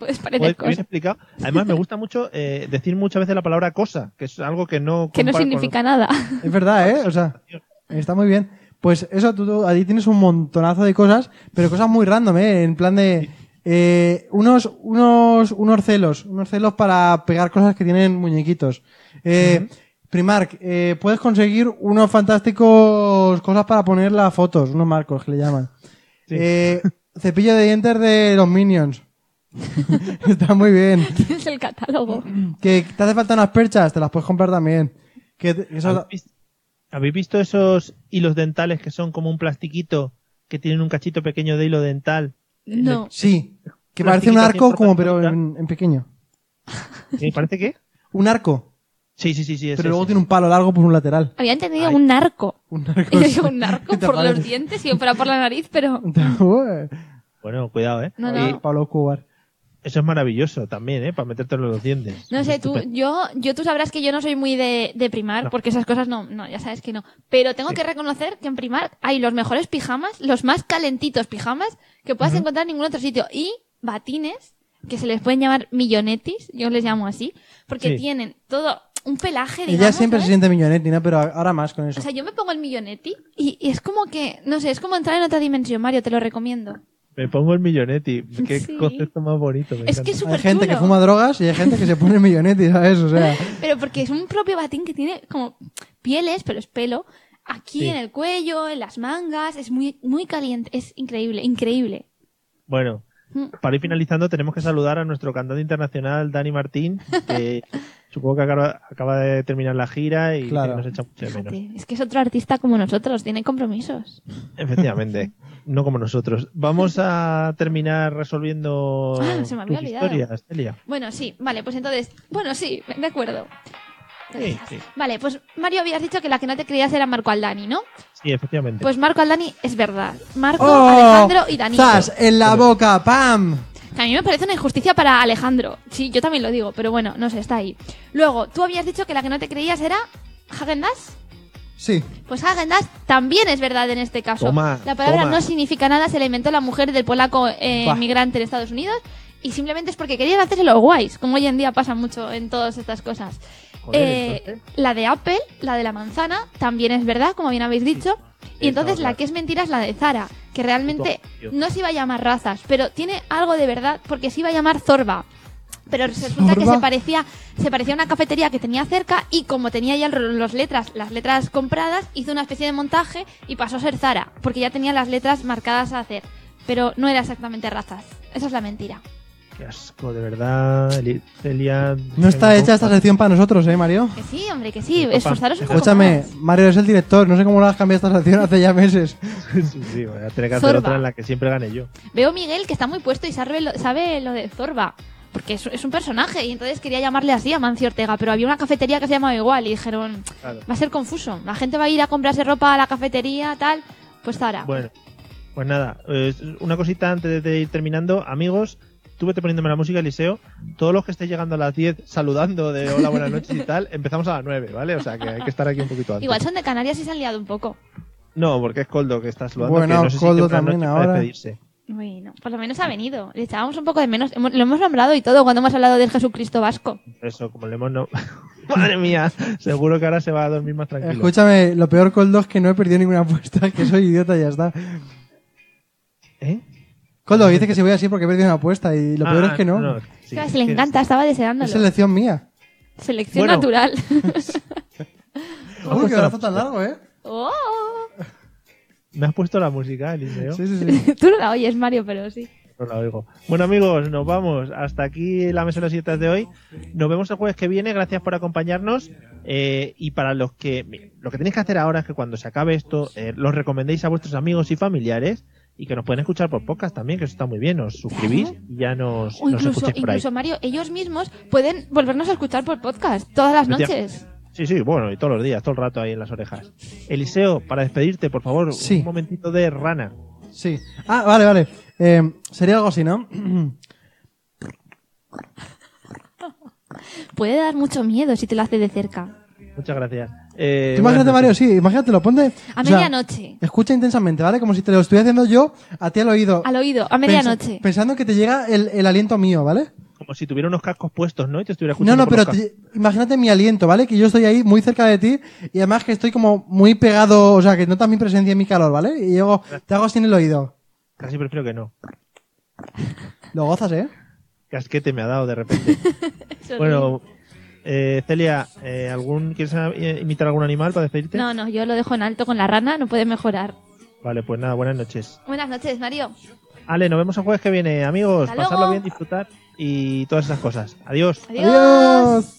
Speaker 5: Puedes
Speaker 2: Joder,
Speaker 5: parecer
Speaker 2: qué bien
Speaker 5: cosas
Speaker 2: explicado. Además, me gusta mucho eh, decir muchas veces la palabra cosa, que es algo que no...
Speaker 5: que no
Speaker 2: compar-
Speaker 5: significa nada.
Speaker 4: Es verdad, ¿eh? O sea, está muy bien. Pues eso, tú, tú allí tienes un montonazo de cosas, pero cosas muy random, ¿eh? En plan de... eh, unos, unos, unos celos, unos celos para pegar cosas que tienen muñequitos. Eh, Primark, eh, puedes conseguir unos fantásticos cosas para poner las fotos, unos marcos que le llaman. Eh, cepillo de dientes de los Minions. está muy bien.
Speaker 5: es el catálogo.
Speaker 4: Que te hace falta unas perchas, te las puedes comprar también. Que, te- que eso-
Speaker 2: ¿Habéis visto- ¿Habéis visto esos hilos dentales que son como un plastiquito que tienen un cachito pequeño de hilo dental?
Speaker 5: No.
Speaker 4: Sí, que
Speaker 2: Un
Speaker 4: parece un
Speaker 2: plastiquito así
Speaker 4: arco
Speaker 2: en forma
Speaker 4: como
Speaker 2: de
Speaker 4: pero
Speaker 2: fruta.
Speaker 4: en, en pequeño.
Speaker 2: ¿Me parece que?
Speaker 4: Un arco,
Speaker 2: Sí, sí, sí, sí.
Speaker 4: pero luego tiene un palo largo por un lateral.
Speaker 5: Había entendido
Speaker 2: Ay.
Speaker 5: un narco.
Speaker 4: Un arco.
Speaker 5: Yo digo un narco
Speaker 4: ¿Te
Speaker 5: por los
Speaker 4: parece?
Speaker 5: dientes y fuera por la nariz, pero
Speaker 4: Ué,
Speaker 2: Bueno, cuidado, ¿eh?
Speaker 5: no, no.
Speaker 4: Pablo Escobar.
Speaker 2: Eso es maravilloso también, ¿eh? Para metértelo en los dientes.
Speaker 5: No sé, tú, yo, yo tú sabrás que yo no soy muy de, de Primark, porque esas cosas no, no, ya sabes que no. Pero tengo que reconocer que en Primark hay los mejores pijamas, los más calentitos pijamas que puedas encontrar en ningún otro sitio. Y batines, que se les pueden llamar millonetis, yo les llamo así, porque
Speaker 2: Sí.
Speaker 5: tienen todo un pelaje, digamos.
Speaker 4: Ella siempre se
Speaker 5: ¿sabes?
Speaker 4: siente millonetina, pero ahora más con eso.
Speaker 5: O sea, yo me pongo el millonetti y, y es como que, no sé, es como entrar en otra dimensión, Mario, te lo recomiendo.
Speaker 2: Me pongo el millonetti. Qué
Speaker 5: Sí.
Speaker 2: concepto más bonito. me
Speaker 5: Es
Speaker 2: encanta.
Speaker 5: que es
Speaker 4: hay
Speaker 5: súper
Speaker 4: gente que fuma drogas y hay gente que se pone millonetti, ¿sabes? O sea,
Speaker 5: Pero porque es un propio batín que tiene como pieles, pero es pelo, aquí
Speaker 2: Sí.
Speaker 5: en el cuello, en las mangas, es muy, muy caliente, es increíble, increíble.
Speaker 2: Bueno,
Speaker 5: Mm.
Speaker 2: para ir finalizando, tenemos que saludar a nuestro cantante internacional, Dani Martín, que supongo que acaba, acaba de terminar la gira y
Speaker 4: Claro.
Speaker 2: que nos echa mucho de menos.
Speaker 5: Fíjate, Es que es otro artista como nosotros, tiene compromisos.
Speaker 2: Efectivamente, no como nosotros. Vamos a terminar resolviendo
Speaker 5: Ah, se me había
Speaker 2: tus
Speaker 5: olvidado.
Speaker 2: historias, Celia.
Speaker 5: Bueno, sí, vale, pues entonces, bueno, sí, de acuerdo.
Speaker 2: Sí, sí,
Speaker 5: Vale, pues Mario habías dicho que la que no te creías era Marco Aldani, ¿no?
Speaker 2: sí, efectivamente.
Speaker 5: Pues Marco Aldani es verdad. Marco,
Speaker 4: ¡Oh!
Speaker 5: Alejandro y Danilo.
Speaker 4: ¡Zas! En la boca, ¡pam!
Speaker 5: Que a mí me parece una injusticia para Alejandro. Sí, yo también lo digo, pero bueno, no sé, está ahí. Luego, tú habías dicho que la que no te creías era Hagendas.
Speaker 4: Sí.
Speaker 5: Pues Hagendas también es verdad en este caso.
Speaker 2: Toma,
Speaker 5: la palabra
Speaker 2: toma.
Speaker 5: no significa nada, se la inventó la mujer del polaco eh,
Speaker 4: Buah.
Speaker 5: migrante en Estados Unidos y simplemente es porque querían hacerse los guays, como hoy en día pasa mucho en todas estas cosas.
Speaker 2: Joder,
Speaker 5: Eh,
Speaker 2: entonces,
Speaker 5: la de Apple, la de la manzana, también es verdad, como bien habéis dicho. Y
Speaker 2: Sí,
Speaker 5: entonces
Speaker 2: no,
Speaker 5: la
Speaker 2: claro.
Speaker 5: que es mentira es la de Zara, que realmente
Speaker 2: Puto odio.
Speaker 5: no se iba a llamar razas, pero tiene algo de verdad porque se iba a llamar Zorba. Pero resulta que
Speaker 4: Zorba.
Speaker 5: se parecía, se parecía a una cafetería que tenía cerca y como tenía ya las letras, las letras compradas, hizo una especie de montaje y pasó a ser Zara, porque ya tenía las letras marcadas a hacer. Pero no era exactamente razas. Esa es la mentira.
Speaker 2: Qué asco, de verdad, Eli- Celia.
Speaker 4: No está
Speaker 2: Venga,
Speaker 4: hecha esta sección para nosotros, ¿eh, Mario?
Speaker 5: Que sí, hombre, que sí.
Speaker 2: Opa,
Speaker 5: Esforzaros un poco
Speaker 4: Escúchame,
Speaker 5: más.
Speaker 4: Mario es el director, no sé cómo lo has cambiado esta sección hace ya meses.
Speaker 2: sí, sí, voy a tener que hacer
Speaker 5: Zorba.
Speaker 2: otra en la que siempre gane yo.
Speaker 5: Veo Miguel que está muy puesto y sabe lo, sabe lo de Zorba. Porque es, es un personaje y entonces quería llamarle así a Mancio Ortega, pero había una cafetería que se llamaba igual y dijeron,
Speaker 2: Claro.
Speaker 5: va a ser confuso, la gente va a ir a comprarse ropa a la cafetería, tal, pues Zara.
Speaker 2: Bueno, pues nada, eh, una cosita antes de ir terminando, amigos, tú vete poniéndome la música, Eliseo. Todos los que estéis llegando a las 10 saludando de hola, buenas noches y tal, empezamos a las 9, ¿vale? O sea que hay que estar aquí un poquito antes.
Speaker 5: Igual son de Canarias y se han liado un poco.
Speaker 2: No, porque es Coldo que está saludando.
Speaker 4: Bueno,
Speaker 2: que no sé si
Speaker 4: Coldo
Speaker 2: tendrá
Speaker 4: también
Speaker 2: noche para
Speaker 4: ahora.
Speaker 2: despedirse.
Speaker 5: Bueno, por lo menos ha venido, le echábamos un poco de menos, Hemos- lo hemos nombrado y todo cuando hemos hablado del Jesucristo vasco.
Speaker 2: Eso, como le hemos no. Madre mía, seguro que ahora se va a dormir más tranquilo.
Speaker 4: Escúchame, lo peor Coldo es que no he perdido ninguna apuesta, que soy idiota y ya está.
Speaker 2: ¿Eh?
Speaker 4: Coldo dice que si voy así porque he perdido una apuesta y lo peor
Speaker 2: Ah,
Speaker 4: es que no.
Speaker 2: sí,
Speaker 5: Claro,
Speaker 2: es
Speaker 5: se le
Speaker 2: que-
Speaker 5: encanta, estaba deseándolo.
Speaker 4: Es selección mía.
Speaker 5: Selección
Speaker 2: Bueno.
Speaker 5: natural.
Speaker 4: Uy, qué brazo tan largo, ¿eh?
Speaker 5: oh,
Speaker 2: Me has puesto la música, Eliseo.
Speaker 4: Sí, sí, sí.
Speaker 5: tú no la oyes, Mario, pero sí.
Speaker 2: No la oigo. Bueno, amigos, nos vamos. Hasta aquí la mesa de las Sillitas de hoy. Nos vemos el jueves que viene. Gracias por acompañarnos. Eh, y para los que. miren, lo que tenéis que hacer ahora es que cuando se acabe esto, eh, los recomendéis a vuestros amigos y familiares. Y que nos pueden escuchar por podcast también, que eso está muy bien. Os suscribís y ya nos,
Speaker 5: O
Speaker 2: nos
Speaker 5: incluso,
Speaker 2: escucháis por ahí.
Speaker 5: incluso Mario, ellos mismos pueden volvernos a escuchar por podcast todas las noches.
Speaker 2: Sí, sí, bueno, y todos los días, todo el rato ahí en las orejas. Eliseo, para despedirte, por favor,
Speaker 4: Sí.
Speaker 2: un momentito de rana.
Speaker 4: Sí. Ah, vale, vale. Eh, sería algo así, ¿no?
Speaker 5: Puede dar mucho miedo si te lo hace de cerca.
Speaker 2: Muchas gracias. Eh,
Speaker 4: Tú imagínate,
Speaker 2: buenas
Speaker 4: Mario,
Speaker 2: noches.
Speaker 4: sí, imagínatelo, ponte.
Speaker 5: A
Speaker 4: o sea,
Speaker 5: medianoche.
Speaker 4: Escucha intensamente, ¿vale? Como si te lo estuviera haciendo yo a ti al oído.
Speaker 5: Al oído, a medianoche.
Speaker 4: Pens- pensando que te llega el, el aliento mío, ¿vale?
Speaker 2: Como si tuviera unos cascos puestos, ¿no? Y te estuviera
Speaker 4: No,
Speaker 2: escuchando.
Speaker 4: no,
Speaker 2: por
Speaker 4: pero
Speaker 2: los cascos.
Speaker 4: te- imagínate mi aliento, ¿vale? Que yo estoy ahí muy cerca de ti y además que estoy como muy pegado, o sea, que notas mi presencia y mi calor, ¿vale? Y luego te hago así en el oído.
Speaker 2: Casi prefiero que no.
Speaker 4: Lo gozas, ¿eh?
Speaker 2: Casquete me ha dado de repente. bueno, eh, Celia, eh, ¿algún, ¿quieres eh, imitar algún animal para despedirte?
Speaker 5: No, no, yo lo dejo en alto con la rana, no puede mejorar.
Speaker 2: Vale, pues nada, buenas noches.
Speaker 5: Buenas noches, Mario.
Speaker 2: Ale, nos vemos el jueves que viene, amigos.
Speaker 5: Hasta luego.
Speaker 2: Pasadlo bien, disfrutar y todas esas cosas. Adiós.
Speaker 5: Adiós.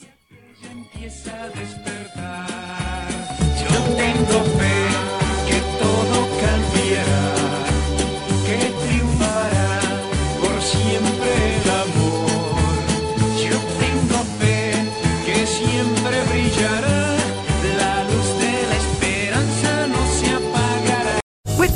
Speaker 8: With